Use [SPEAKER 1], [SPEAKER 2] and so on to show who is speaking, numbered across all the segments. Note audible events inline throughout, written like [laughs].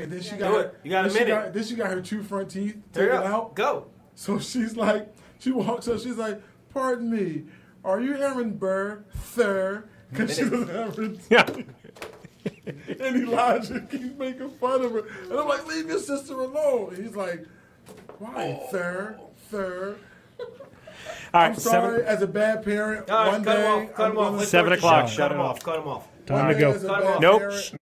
[SPEAKER 1] And then she
[SPEAKER 2] Do
[SPEAKER 1] got
[SPEAKER 2] it. You got a
[SPEAKER 1] then she
[SPEAKER 2] minute.
[SPEAKER 1] got- then she got her two front teeth
[SPEAKER 2] Hurry
[SPEAKER 1] taken
[SPEAKER 2] up.
[SPEAKER 1] out.
[SPEAKER 2] Go.
[SPEAKER 1] So she's like, she walks up. She's like, "Pardon me, are you Aaron Burr, sir?" Because she doesn't have her
[SPEAKER 3] [laughs]
[SPEAKER 1] and Elijah keeps making fun of her. And I'm like, leave your sister alone. And he's like, why, sir? Sir.
[SPEAKER 3] All
[SPEAKER 1] I'm
[SPEAKER 3] right,
[SPEAKER 1] sorry,
[SPEAKER 3] seven,
[SPEAKER 1] as a bad parent,
[SPEAKER 2] All right,
[SPEAKER 1] one
[SPEAKER 2] cut
[SPEAKER 1] day.
[SPEAKER 2] him off. Cut
[SPEAKER 1] I'm
[SPEAKER 2] him off.
[SPEAKER 1] gonna-
[SPEAKER 2] Let's
[SPEAKER 3] Seven
[SPEAKER 2] work this
[SPEAKER 3] o'clock,
[SPEAKER 2] out.
[SPEAKER 3] shut
[SPEAKER 2] Cut him
[SPEAKER 3] him
[SPEAKER 2] off. Cut him off.
[SPEAKER 3] time to
[SPEAKER 1] Why
[SPEAKER 3] go.
[SPEAKER 1] is it
[SPEAKER 2] Cut him
[SPEAKER 1] bad
[SPEAKER 2] off.
[SPEAKER 3] Nope.
[SPEAKER 1] parent?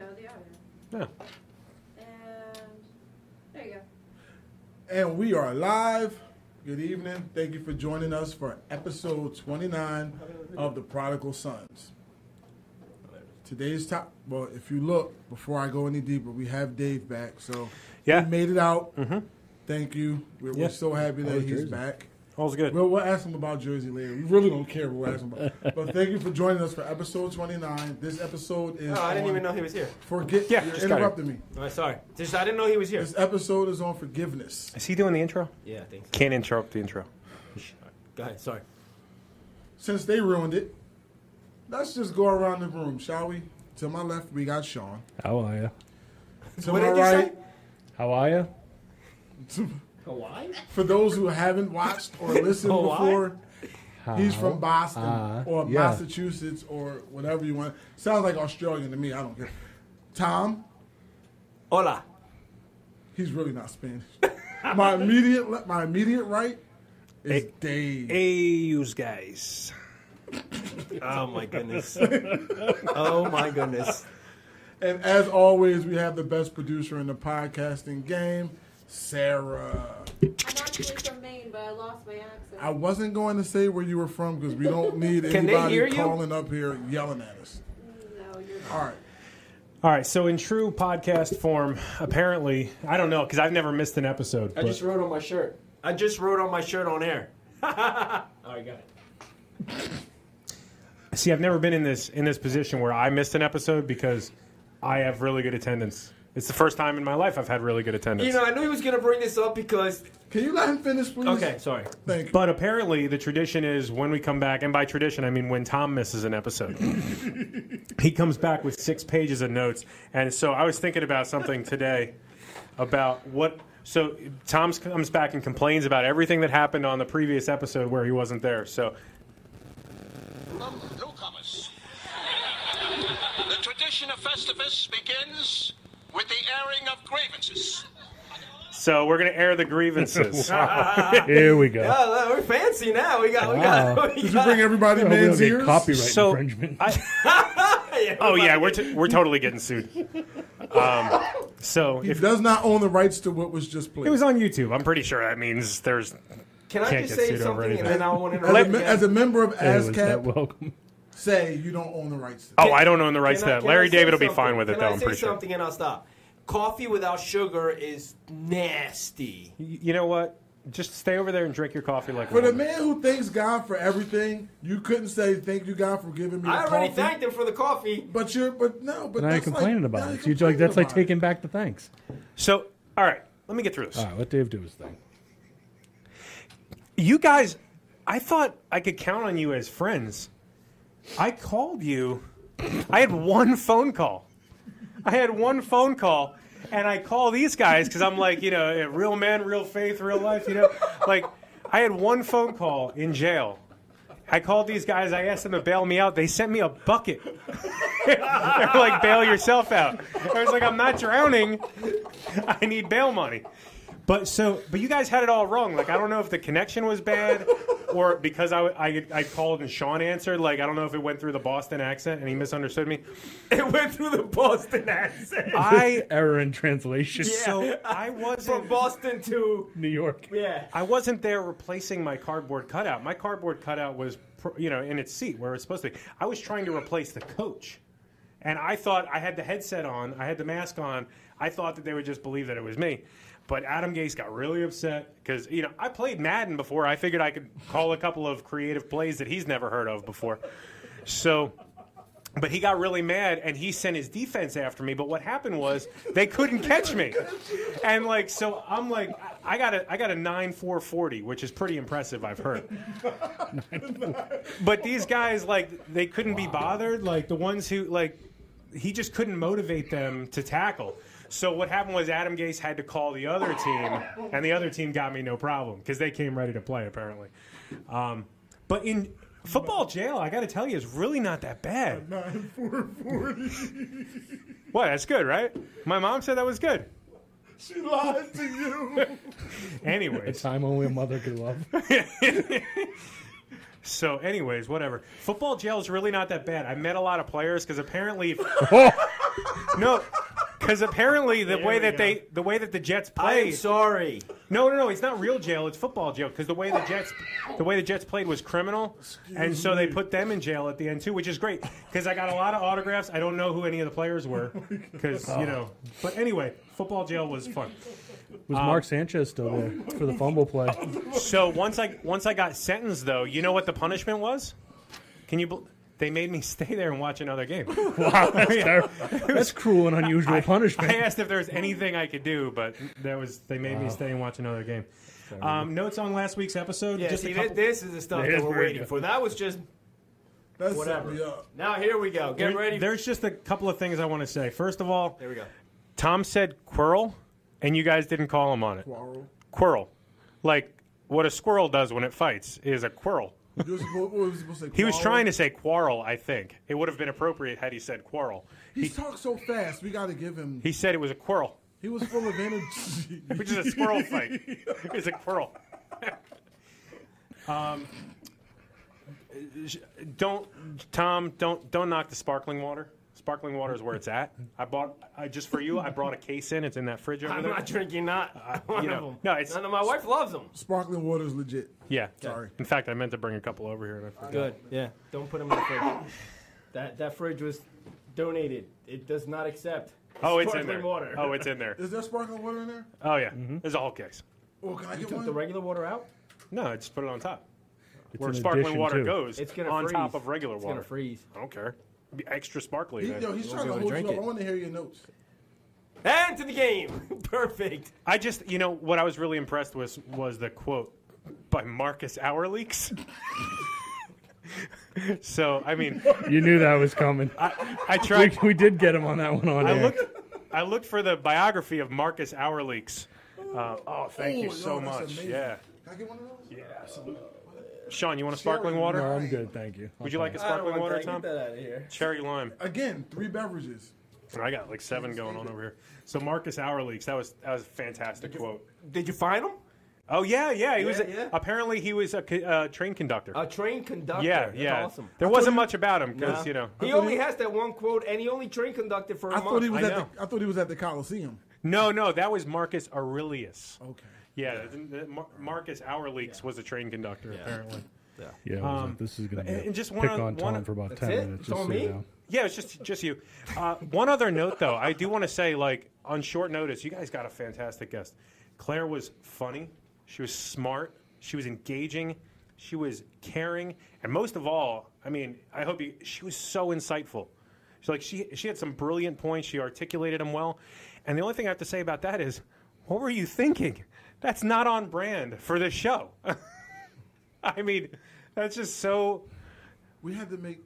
[SPEAKER 4] No, the other.
[SPEAKER 3] Yeah.
[SPEAKER 4] And Eh, there you go.
[SPEAKER 1] And we are live. Good evening. Thank you for joining us for episode 29 of The Prodigal Sons. Today's top. Well, if you look before I go any deeper, we have Dave back. So
[SPEAKER 3] Yeah. Mm-hmm.
[SPEAKER 1] we made it out. Thank you. We're,
[SPEAKER 3] Yeah.
[SPEAKER 1] we're so happy that
[SPEAKER 5] Oh,
[SPEAKER 1] he's
[SPEAKER 5] Jersey.
[SPEAKER 1] back.
[SPEAKER 3] All's good.
[SPEAKER 1] Well, we'll ask him about Jersey later. We really don't care. We'll ask him
[SPEAKER 3] [laughs]
[SPEAKER 1] about. But thank you for joining us for episode 29. This episode is.
[SPEAKER 2] No, Oh, I didn't
[SPEAKER 1] on
[SPEAKER 2] even know he was here.
[SPEAKER 1] Forget.
[SPEAKER 3] Yeah,
[SPEAKER 1] you
[SPEAKER 3] just got
[SPEAKER 1] interrupted me.
[SPEAKER 2] All right, sorry. Just, I didn't know he was here.
[SPEAKER 1] This episode is on forgiveness.
[SPEAKER 3] Is he doing the intro?
[SPEAKER 2] Yeah, thanks.
[SPEAKER 3] Can't interrupt the intro.
[SPEAKER 2] Go ahead. Sorry.
[SPEAKER 1] since they ruined it, let's just go around the room, shall we? To my left, we got Sean.
[SPEAKER 5] How are you?
[SPEAKER 1] To
[SPEAKER 2] What
[SPEAKER 1] my
[SPEAKER 2] did you
[SPEAKER 1] right,
[SPEAKER 5] How are you?
[SPEAKER 2] Hawaii?
[SPEAKER 1] for those who haven't watched
[SPEAKER 2] [laughs]
[SPEAKER 1] or listened
[SPEAKER 2] Oh, Uh-huh. why?
[SPEAKER 1] before, he's from Boston
[SPEAKER 5] Ah,
[SPEAKER 1] or
[SPEAKER 5] yeah.
[SPEAKER 1] Massachusetts or whatever you want. Sounds like Australian to me. I don't care. Tom,
[SPEAKER 2] Hola.
[SPEAKER 1] he's really
[SPEAKER 2] [laughs]
[SPEAKER 1] not Spanish. my immediate, le- my immediate right is
[SPEAKER 3] Hey.
[SPEAKER 1] Dave.
[SPEAKER 3] Hey, you guys.
[SPEAKER 2] Oh, my goodness.
[SPEAKER 6] [laughs]
[SPEAKER 2] oh, my goodness.
[SPEAKER 1] And as always, we have the best producer in the podcasting game, Sarah.
[SPEAKER 4] I'm actually from Maine, but I lost my accent.
[SPEAKER 1] I wasn't going to say where you were from because we
[SPEAKER 2] [laughs]
[SPEAKER 1] don't need
[SPEAKER 2] Can they hear
[SPEAKER 1] anybody
[SPEAKER 2] you?
[SPEAKER 1] calling up here yelling at us.
[SPEAKER 4] no, you're
[SPEAKER 1] All right.
[SPEAKER 3] All right, so in true podcast form, apparently, I don't know because I've never missed an episode.
[SPEAKER 6] I
[SPEAKER 3] but-
[SPEAKER 6] just wrote on my shirt.
[SPEAKER 2] I just wrote on my shirt on air. [laughs]
[SPEAKER 6] All right, got it.
[SPEAKER 3] See, I've never been in this in this position where I missed an episode because I have really good attendance. It's the first time in my life I've had really good attendance.
[SPEAKER 2] You know, I knew he was going to bring this up because.
[SPEAKER 1] Can you let him finish, please?
[SPEAKER 2] Okay, sorry.
[SPEAKER 1] Thank you.
[SPEAKER 3] but apparently, the tradition is when we come back, and by tradition I mean when Tom misses
[SPEAKER 2] [laughs]
[SPEAKER 3] an episode, he comes back with six pages of notes. And so I was thinking about something today about what. So Tom comes back and complains about everything that happened on the previous episode where he wasn't there. So
[SPEAKER 7] newcomers. The tradition of Festivus begins with the airing of grievances.
[SPEAKER 3] So we're gonna air
[SPEAKER 2] [laughs]
[SPEAKER 3] the grievances.
[SPEAKER 5] Here we go.
[SPEAKER 2] Oh, look, we're fancy now. We got. We got, [laughs] we
[SPEAKER 1] Did you
[SPEAKER 2] got
[SPEAKER 1] bring
[SPEAKER 5] [laughs]
[SPEAKER 1] everybody
[SPEAKER 5] I hope Oh, we
[SPEAKER 1] man's
[SPEAKER 5] don't get
[SPEAKER 1] ears?
[SPEAKER 5] copyright
[SPEAKER 3] So-
[SPEAKER 5] infringement.
[SPEAKER 2] [laughs]
[SPEAKER 3] oh yeah, we're t- we're totally getting sued. Um, so
[SPEAKER 1] He
[SPEAKER 3] if
[SPEAKER 1] does not own the rights to what was just played.
[SPEAKER 3] it was on YouTube, I'm pretty sure that means there's.
[SPEAKER 2] Can I
[SPEAKER 3] Can't
[SPEAKER 2] just
[SPEAKER 3] get
[SPEAKER 2] say
[SPEAKER 3] sued over
[SPEAKER 2] something and
[SPEAKER 3] anything.
[SPEAKER 2] then I won't interrupt
[SPEAKER 1] as, a,
[SPEAKER 2] again?
[SPEAKER 1] me- as a member of
[SPEAKER 5] Hey, was that
[SPEAKER 1] ASCAP,
[SPEAKER 5] welcome?
[SPEAKER 1] say you don't own the rights to
[SPEAKER 3] Oh, I don't own the rights
[SPEAKER 2] Can
[SPEAKER 3] to
[SPEAKER 2] I-
[SPEAKER 3] that.
[SPEAKER 2] can I
[SPEAKER 3] Larry
[SPEAKER 2] say
[SPEAKER 3] David will be
[SPEAKER 2] something?
[SPEAKER 3] fine with it
[SPEAKER 2] Can
[SPEAKER 3] though.
[SPEAKER 2] I
[SPEAKER 3] I'm
[SPEAKER 2] say
[SPEAKER 3] pretty sure.
[SPEAKER 2] something and I'll stop. Coffee without sugar is nasty.
[SPEAKER 3] Y- You know what? Just stay over there and drink your coffee like.
[SPEAKER 1] For the
[SPEAKER 3] normal.
[SPEAKER 1] man who thanks God for everything, you couldn't say thank you God for giving me
[SPEAKER 2] I
[SPEAKER 1] the
[SPEAKER 2] already
[SPEAKER 1] coffee.
[SPEAKER 2] thanked him for the coffee. [laughs]
[SPEAKER 1] but you're but no, but
[SPEAKER 5] Now you're
[SPEAKER 1] that's
[SPEAKER 5] complaining
[SPEAKER 1] like,
[SPEAKER 5] about
[SPEAKER 1] now
[SPEAKER 5] it.
[SPEAKER 1] you're
[SPEAKER 5] You're
[SPEAKER 1] complaining
[SPEAKER 5] like that's like
[SPEAKER 1] about it.
[SPEAKER 5] taking back the thanks.
[SPEAKER 3] So all right, let me get through this.
[SPEAKER 5] All right, let Dave do his thing.
[SPEAKER 3] You guys, I thought I could count on you as friends. I called you. I had one phone call. I had one phone call, and I call these guys because I'm like, you know, a real man, real faith, real life, you know. Like, I had one phone call in jail. I called these guys. I asked them to bail me out. They sent me a bucket. [laughs] they were like, bail yourself out. I was like, I'm not drowning. I need bail money. But so, but you guys had it all wrong. Like, I don't know if the connection was bad, or because I, I, I called and Sean answered. Like, I don't know if it went through the Boston accent and he misunderstood me.
[SPEAKER 2] It went through the Boston accent.
[SPEAKER 3] I
[SPEAKER 5] Error in translation.
[SPEAKER 3] so I
[SPEAKER 2] From
[SPEAKER 3] wasn't
[SPEAKER 2] Boston to
[SPEAKER 5] [laughs] New York.
[SPEAKER 2] yeah.
[SPEAKER 3] I wasn't there replacing my cardboard cutout. My cardboard cutout was pr- you know in its seat where it's supposed to be. I was trying to replace the coach, and I thought I had the headset on, I had the mask on. I thought that they would just believe that it was me. But Adam Gase got really upset because you know I played Madden before. I figured I could call a couple of creative plays that he's never heard of before. So, but he got really mad and he sent his defense after me. But what happened was they couldn't catch me, and like so I'm like I- I got a I got a nine four forty, which is pretty impressive. I've heard. but these guys like they couldn't be bothered. Like the ones who like he just couldn't motivate them to tackle. So what happened was Adam Gase had to call the other team, and the other team got me no problem because they came ready to play apparently. Um, but in football jail, I got to tell you, is really not that bad.
[SPEAKER 1] Nine four forty.
[SPEAKER 3] What? That's good, right? My mom said that was good.
[SPEAKER 1] She lied to you.
[SPEAKER 5] A [laughs]
[SPEAKER 3] Anyways,
[SPEAKER 5] time only a mother
[SPEAKER 3] [laughs]
[SPEAKER 5] could love.
[SPEAKER 3] so anyways, whatever. Football jail is really not that bad. I met a lot of players because apparently, [laughs] no, because apparently the way that they the way that the Jets
[SPEAKER 2] I'm
[SPEAKER 3] play.
[SPEAKER 2] sorry.
[SPEAKER 3] No, no, no. It's not real jail. It's football jail because the way the Jets, the way the Jets played was criminal, and so they put them in jail at the end too, which is great because I got a lot of autographs. I don't know who any of the players were because you know. But anyway, football jail was fun.
[SPEAKER 5] Was Mark Sanchez still
[SPEAKER 3] [laughs]
[SPEAKER 5] there for the fumble play?
[SPEAKER 3] So once I once I got sentenced though, you know what the punishment was? Can you? bel they made me [laughs] stay there and watch another game. [laughs]
[SPEAKER 5] That's cruel and unusual punishment.
[SPEAKER 3] I asked if there was anything I could do, but that was they made me stay and watch another game. Um, notes on last week's episode.
[SPEAKER 2] Yeah,
[SPEAKER 3] just a
[SPEAKER 2] see,
[SPEAKER 3] couple-
[SPEAKER 2] this is the stuff
[SPEAKER 5] There's
[SPEAKER 2] that we're
[SPEAKER 5] where it
[SPEAKER 2] waiting
[SPEAKER 5] goes.
[SPEAKER 2] for. That was just
[SPEAKER 1] That
[SPEAKER 2] Whatever.
[SPEAKER 1] set me up.
[SPEAKER 2] now. Here we go. Get ready.
[SPEAKER 3] There's just a couple of things I want to say. First of all,
[SPEAKER 2] There we go.
[SPEAKER 3] Tom said quirl, and you guys didn't call him on it.
[SPEAKER 1] Quarrel.
[SPEAKER 3] Quirl. Like what a squirrel does when it fights is a quirl.
[SPEAKER 1] You were supposed, what was he supposed to say?
[SPEAKER 3] He was
[SPEAKER 1] Quarrel?
[SPEAKER 3] trying to say quarrel, I think. It would have been appropriate had he said quarrel.
[SPEAKER 1] He, talked so fast. We got to give him.
[SPEAKER 3] He said it was a quirl,
[SPEAKER 1] He was full of energy. [laughs]
[SPEAKER 3] which is a squirrel fight. It's a quirl. um, don't Tom, don't don't knock the sparkling water. Sparkling water is where it's at. I bought I just for you. I brought a case in. It's in that fridge over
[SPEAKER 2] I'm
[SPEAKER 3] there.
[SPEAKER 2] not drinking [laughs] that. One
[SPEAKER 3] you
[SPEAKER 2] of
[SPEAKER 3] know,
[SPEAKER 2] them.
[SPEAKER 3] no, it's-
[SPEAKER 2] none of my wife loves them.
[SPEAKER 1] Sparkling water is legit.
[SPEAKER 3] [laughs] Yeah.
[SPEAKER 1] Sorry.
[SPEAKER 3] In fact, I meant to bring a couple over here and I forgot.
[SPEAKER 6] Good. Yeah. Don't put them in the fridge. that that fridge was donated. It does not accept.
[SPEAKER 3] Oh, it's in
[SPEAKER 6] Sparkling
[SPEAKER 3] there.
[SPEAKER 6] water.
[SPEAKER 3] Oh, it's in there.
[SPEAKER 1] Is there sparkling water in there?
[SPEAKER 3] Oh yeah.
[SPEAKER 6] Mm-hmm.
[SPEAKER 3] There's a whole case.
[SPEAKER 1] Oh, can I get
[SPEAKER 6] Took
[SPEAKER 1] one?
[SPEAKER 6] the regular water out.
[SPEAKER 3] No, I just put it on top.
[SPEAKER 5] It's
[SPEAKER 3] Where
[SPEAKER 5] an
[SPEAKER 3] sparkling
[SPEAKER 5] addition,
[SPEAKER 3] water
[SPEAKER 5] too.
[SPEAKER 3] goes.
[SPEAKER 6] It's gonna
[SPEAKER 3] on
[SPEAKER 6] freeze.
[SPEAKER 3] top of regular
[SPEAKER 6] It's
[SPEAKER 3] water.
[SPEAKER 6] gonna freeze.
[SPEAKER 3] I don't care. Be extra sparkly.
[SPEAKER 1] He,
[SPEAKER 3] then.
[SPEAKER 1] yo, he's trying to
[SPEAKER 6] be able to
[SPEAKER 1] hold you
[SPEAKER 6] drink
[SPEAKER 1] up. I
[SPEAKER 6] it.
[SPEAKER 1] want to hear your notes.
[SPEAKER 2] And to the game. Perfect.
[SPEAKER 3] I just, you know, what I was really impressed with was the quote by Marcus Hourleaks. [laughs] so, I mean,
[SPEAKER 5] You knew that was coming.
[SPEAKER 3] I
[SPEAKER 5] We,
[SPEAKER 3] tried.
[SPEAKER 5] we did get him on that one on
[SPEAKER 3] I
[SPEAKER 5] air.
[SPEAKER 3] looked. I looked for the biography of Marcus Hourleaks. Uh, oh, thank
[SPEAKER 1] Oh,
[SPEAKER 3] you
[SPEAKER 1] yo,
[SPEAKER 3] so
[SPEAKER 1] that's
[SPEAKER 3] much.
[SPEAKER 1] amazing.
[SPEAKER 3] Yeah,
[SPEAKER 1] Can I get one of those?
[SPEAKER 3] yeah, absolutely. Sean, you want a sparkling water?
[SPEAKER 5] no, I'm good, thank you.
[SPEAKER 3] Would you like a
[SPEAKER 6] I don't
[SPEAKER 3] sparkling
[SPEAKER 6] want
[SPEAKER 3] water,
[SPEAKER 6] that.
[SPEAKER 3] Tom?
[SPEAKER 6] Get that out of here.
[SPEAKER 3] Cherry lime.
[SPEAKER 1] Again, three beverages.
[SPEAKER 3] I got like seven going on over here. So Marcus Hourleaks, that was that was a fantastic quote.
[SPEAKER 2] Did you find them?
[SPEAKER 3] Oh yeah, yeah. He was
[SPEAKER 6] Yeah, yeah.
[SPEAKER 3] apparently he was a co- uh, train conductor.
[SPEAKER 6] A train conductor.
[SPEAKER 3] yeah,
[SPEAKER 6] That's
[SPEAKER 3] yeah.
[SPEAKER 6] Awesome.
[SPEAKER 3] There wasn't much about him because
[SPEAKER 6] Nah.
[SPEAKER 3] you know.
[SPEAKER 6] he only has that one quote, and he only train conducted for a
[SPEAKER 1] I
[SPEAKER 6] month.
[SPEAKER 1] thought he was
[SPEAKER 3] I
[SPEAKER 1] at the, I thought he was at the Coliseum.
[SPEAKER 3] No, no, that was Marcus Aurelius.
[SPEAKER 1] Okay.
[SPEAKER 3] Yeah, the- the Mar- Marcus Hourleaks was a train conductor apparently.
[SPEAKER 5] Yeah, I was like, this is gonna be
[SPEAKER 3] um, and-
[SPEAKER 5] a
[SPEAKER 3] and just
[SPEAKER 5] pick
[SPEAKER 3] wanna-
[SPEAKER 5] on Tom
[SPEAKER 3] wanna-
[SPEAKER 5] for about
[SPEAKER 6] That's
[SPEAKER 5] ten
[SPEAKER 6] it?
[SPEAKER 5] minutes.
[SPEAKER 6] It's
[SPEAKER 5] just
[SPEAKER 6] on
[SPEAKER 5] so you
[SPEAKER 6] me?
[SPEAKER 5] know.
[SPEAKER 3] Yeah, it's just just you. Uh, one other note though, I do want to say like on short notice, you guys got a fantastic guest. Claire was funny. She was smart. She was engaging. She was caring, and most of all, I mean, I hope you. She was so insightful. She like she she had some brilliant points. She articulated them well, and the only thing I have to say about that is, what were you thinking? That's not on brand for this show. [laughs] I mean, that's just so.
[SPEAKER 1] We had to make.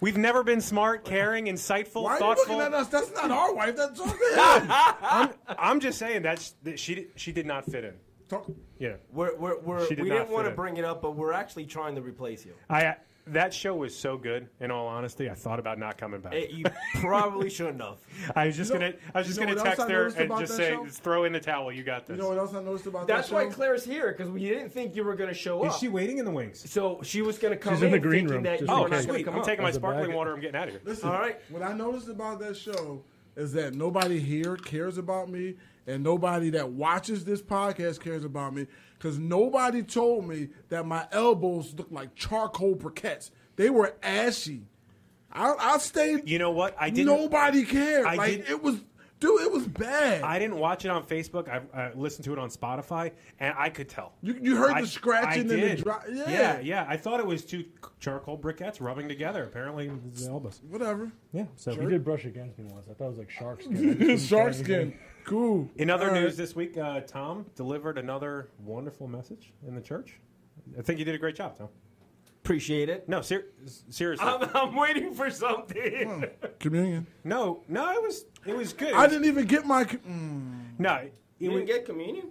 [SPEAKER 3] We've never been smart, caring, insightful,
[SPEAKER 1] Why are you
[SPEAKER 3] thoughtful.
[SPEAKER 1] looking at us? That's not our wife. That's
[SPEAKER 3] [laughs]
[SPEAKER 1] talk to him.
[SPEAKER 3] I'm just saying that's that she she did not fit in.
[SPEAKER 1] Talk-
[SPEAKER 3] Yeah,
[SPEAKER 2] We're, we're, we're,
[SPEAKER 3] She did
[SPEAKER 2] we
[SPEAKER 3] not
[SPEAKER 2] didn't want
[SPEAKER 3] fit
[SPEAKER 2] to
[SPEAKER 3] in.
[SPEAKER 2] bring it up, but we're actually trying to replace you.
[SPEAKER 3] [laughs] I that show was so good. In all honesty, I thought about not coming back.
[SPEAKER 6] Eh,
[SPEAKER 2] It, you probably shouldn't have.
[SPEAKER 3] I was just
[SPEAKER 1] You know-
[SPEAKER 3] gonna I was just
[SPEAKER 1] you know
[SPEAKER 3] gonna
[SPEAKER 1] what else
[SPEAKER 3] text
[SPEAKER 1] I
[SPEAKER 3] her
[SPEAKER 1] noticed
[SPEAKER 3] and
[SPEAKER 1] about
[SPEAKER 3] just
[SPEAKER 1] that
[SPEAKER 3] say
[SPEAKER 1] show?
[SPEAKER 3] just throw in the towel. You got this.
[SPEAKER 1] You know what else I noticed about
[SPEAKER 6] That's
[SPEAKER 1] that
[SPEAKER 6] why
[SPEAKER 1] show?
[SPEAKER 6] Claire's here because we didn't think you were going to show up.
[SPEAKER 3] waiting in the wings?
[SPEAKER 6] so she was going to come
[SPEAKER 5] She's in
[SPEAKER 6] in,
[SPEAKER 5] the green
[SPEAKER 6] thinking
[SPEAKER 5] room,
[SPEAKER 6] That
[SPEAKER 5] just
[SPEAKER 6] you
[SPEAKER 5] in
[SPEAKER 3] Oh,
[SPEAKER 6] were not
[SPEAKER 5] case.
[SPEAKER 6] gonna
[SPEAKER 3] sweet!
[SPEAKER 6] come
[SPEAKER 3] I'm
[SPEAKER 6] up.
[SPEAKER 3] taking my
[SPEAKER 5] As a
[SPEAKER 3] sparkling
[SPEAKER 5] bag.
[SPEAKER 3] water. I'm getting out of here.
[SPEAKER 1] Listen,
[SPEAKER 2] All right.
[SPEAKER 1] What I noticed about that show is that nobody here cares about me, and nobody that watches this podcast cares about me, because nobody told me that my elbows looked like charcoal briquettes. They were ashy. I, I stayed.
[SPEAKER 3] You know what? I didn't.
[SPEAKER 1] nobody cared.
[SPEAKER 3] I
[SPEAKER 1] like
[SPEAKER 3] didn't-
[SPEAKER 1] it was, Dude, it was bad.
[SPEAKER 3] I didn't watch it on Facebook. I, I listened to it on Spotify, and I could tell.
[SPEAKER 1] you, you heard
[SPEAKER 3] I-
[SPEAKER 1] the scratching
[SPEAKER 3] I
[SPEAKER 1] and the
[SPEAKER 3] did.
[SPEAKER 1] dry. Yeah.
[SPEAKER 3] yeah, yeah. I thought it was two charcoal briquettes rubbing together. Apparently, it's Elvis.
[SPEAKER 1] Whatever.
[SPEAKER 3] Yeah. So
[SPEAKER 5] You did brush against me once. I thought it was
[SPEAKER 6] [laughs]
[SPEAKER 5] like shark skin.
[SPEAKER 1] Shark skin. Cool.
[SPEAKER 3] In other
[SPEAKER 1] All right.
[SPEAKER 3] news this week, uh, Tom delivered another wonderful message in the church. I think you did a great job, Tom.
[SPEAKER 2] Appreciate
[SPEAKER 3] [laughs]
[SPEAKER 2] it.
[SPEAKER 3] No, ser- seriously.
[SPEAKER 1] Um,
[SPEAKER 2] I'm, I'm waiting for something.
[SPEAKER 6] Hmm.
[SPEAKER 1] Communion.
[SPEAKER 3] no, no, it was it was good.
[SPEAKER 1] I didn't even get my. Mm,
[SPEAKER 3] No, it
[SPEAKER 6] You
[SPEAKER 3] was,
[SPEAKER 6] didn't get communion?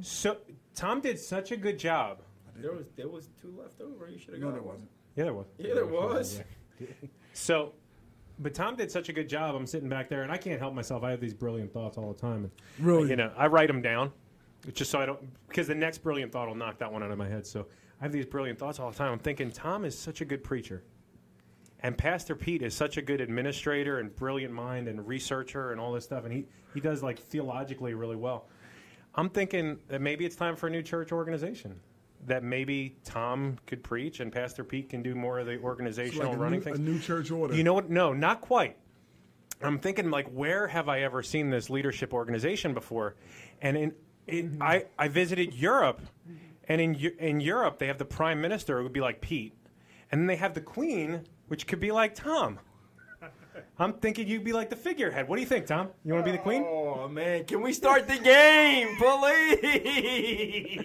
[SPEAKER 3] so Tom did such a good job.
[SPEAKER 6] There was there was two left over. You should have
[SPEAKER 1] no,
[SPEAKER 6] got
[SPEAKER 1] there
[SPEAKER 6] one.
[SPEAKER 1] wasn't.
[SPEAKER 3] Yeah, there was.
[SPEAKER 6] Yeah, there was.
[SPEAKER 3] So, but Tom did such a good job. I'm sitting back there, and I can't help myself. I have these brilliant thoughts all the time, and
[SPEAKER 1] Really?
[SPEAKER 3] you know, I write them down just so I don't because the next brilliant thought will knock that one out of my head. So I have these brilliant thoughts all the time. I'm thinking Tom is such a good preacher, and Pastor Pete is such a good administrator and brilliant mind and researcher and all this stuff, and he he does like theologically really well. I'm thinking that maybe it's time for a new church organization. That maybe Tom could preach and Pastor Pete can do more of the
[SPEAKER 1] Like
[SPEAKER 3] organizational
[SPEAKER 1] a,
[SPEAKER 3] running
[SPEAKER 1] new,
[SPEAKER 3] things.
[SPEAKER 1] a new church order.
[SPEAKER 3] You know what? No, not quite. I'm thinking like, where have I ever seen this leadership organization before? And in, in I, I visited Europe, and in Eu- in Europe they have the prime minister who would be like Pete, and then they have the queen, which could be like Tom. I'm thinking you'd be like the figurehead. What do you think, Tom? You want to be the queen?
[SPEAKER 2] Oh man, can we start the game,
[SPEAKER 1] [laughs]
[SPEAKER 2] please?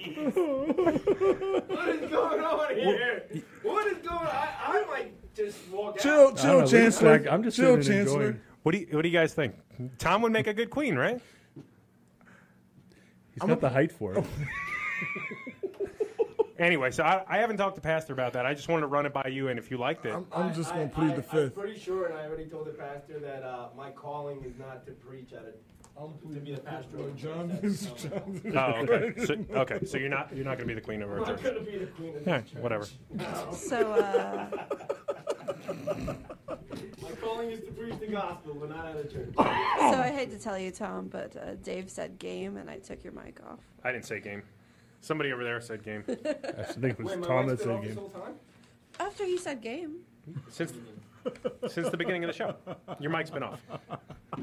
[SPEAKER 2] what is going on here? What is going on? I, I might just walk
[SPEAKER 1] Chill,
[SPEAKER 5] I don't
[SPEAKER 1] chill,
[SPEAKER 5] know, we
[SPEAKER 1] Chancellor.
[SPEAKER 5] just- I'm just
[SPEAKER 1] chill,
[SPEAKER 5] sitting and
[SPEAKER 1] Chancellor.
[SPEAKER 5] enjoying.
[SPEAKER 3] What do you What do you guys think? Tom would make a good queen, right?
[SPEAKER 5] He's got the height for it.
[SPEAKER 6] Oh.
[SPEAKER 3] Anyway, so I, I haven't talked to Pastor about that. I just wanted to run it by you, and if you liked it,
[SPEAKER 1] I'm, I'm just
[SPEAKER 6] I-
[SPEAKER 1] going
[SPEAKER 6] I-
[SPEAKER 1] to plead the
[SPEAKER 6] I, I'm
[SPEAKER 1] fifth.
[SPEAKER 6] pretty sure, and I already told the pastor that uh, my calling is not to preach at it. To be the pastor of a
[SPEAKER 1] John
[SPEAKER 6] church.
[SPEAKER 1] is
[SPEAKER 6] That's- no,
[SPEAKER 1] John.
[SPEAKER 3] oh, okay, so, okay, so you're not you're not going to be the queen of our
[SPEAKER 6] I'm
[SPEAKER 3] church.
[SPEAKER 6] gonna be the queen of
[SPEAKER 3] Yeah,
[SPEAKER 6] this church.
[SPEAKER 3] whatever. [laughs]
[SPEAKER 8] So, uh,
[SPEAKER 6] My calling is to preach the gospel, but not at
[SPEAKER 1] [laughs]
[SPEAKER 6] a church.
[SPEAKER 8] so I hate to tell you, Tom, but uh, Dave said game, and I took your mic off.
[SPEAKER 3] I didn't say game. Somebody over there said game.
[SPEAKER 5] I think it was
[SPEAKER 6] Wait, my
[SPEAKER 5] Tom
[SPEAKER 6] wife's been
[SPEAKER 5] that said
[SPEAKER 6] off this
[SPEAKER 5] game.
[SPEAKER 6] whole time?
[SPEAKER 8] After he said game,
[SPEAKER 3] Since since the beginning of the show, your mic's been off.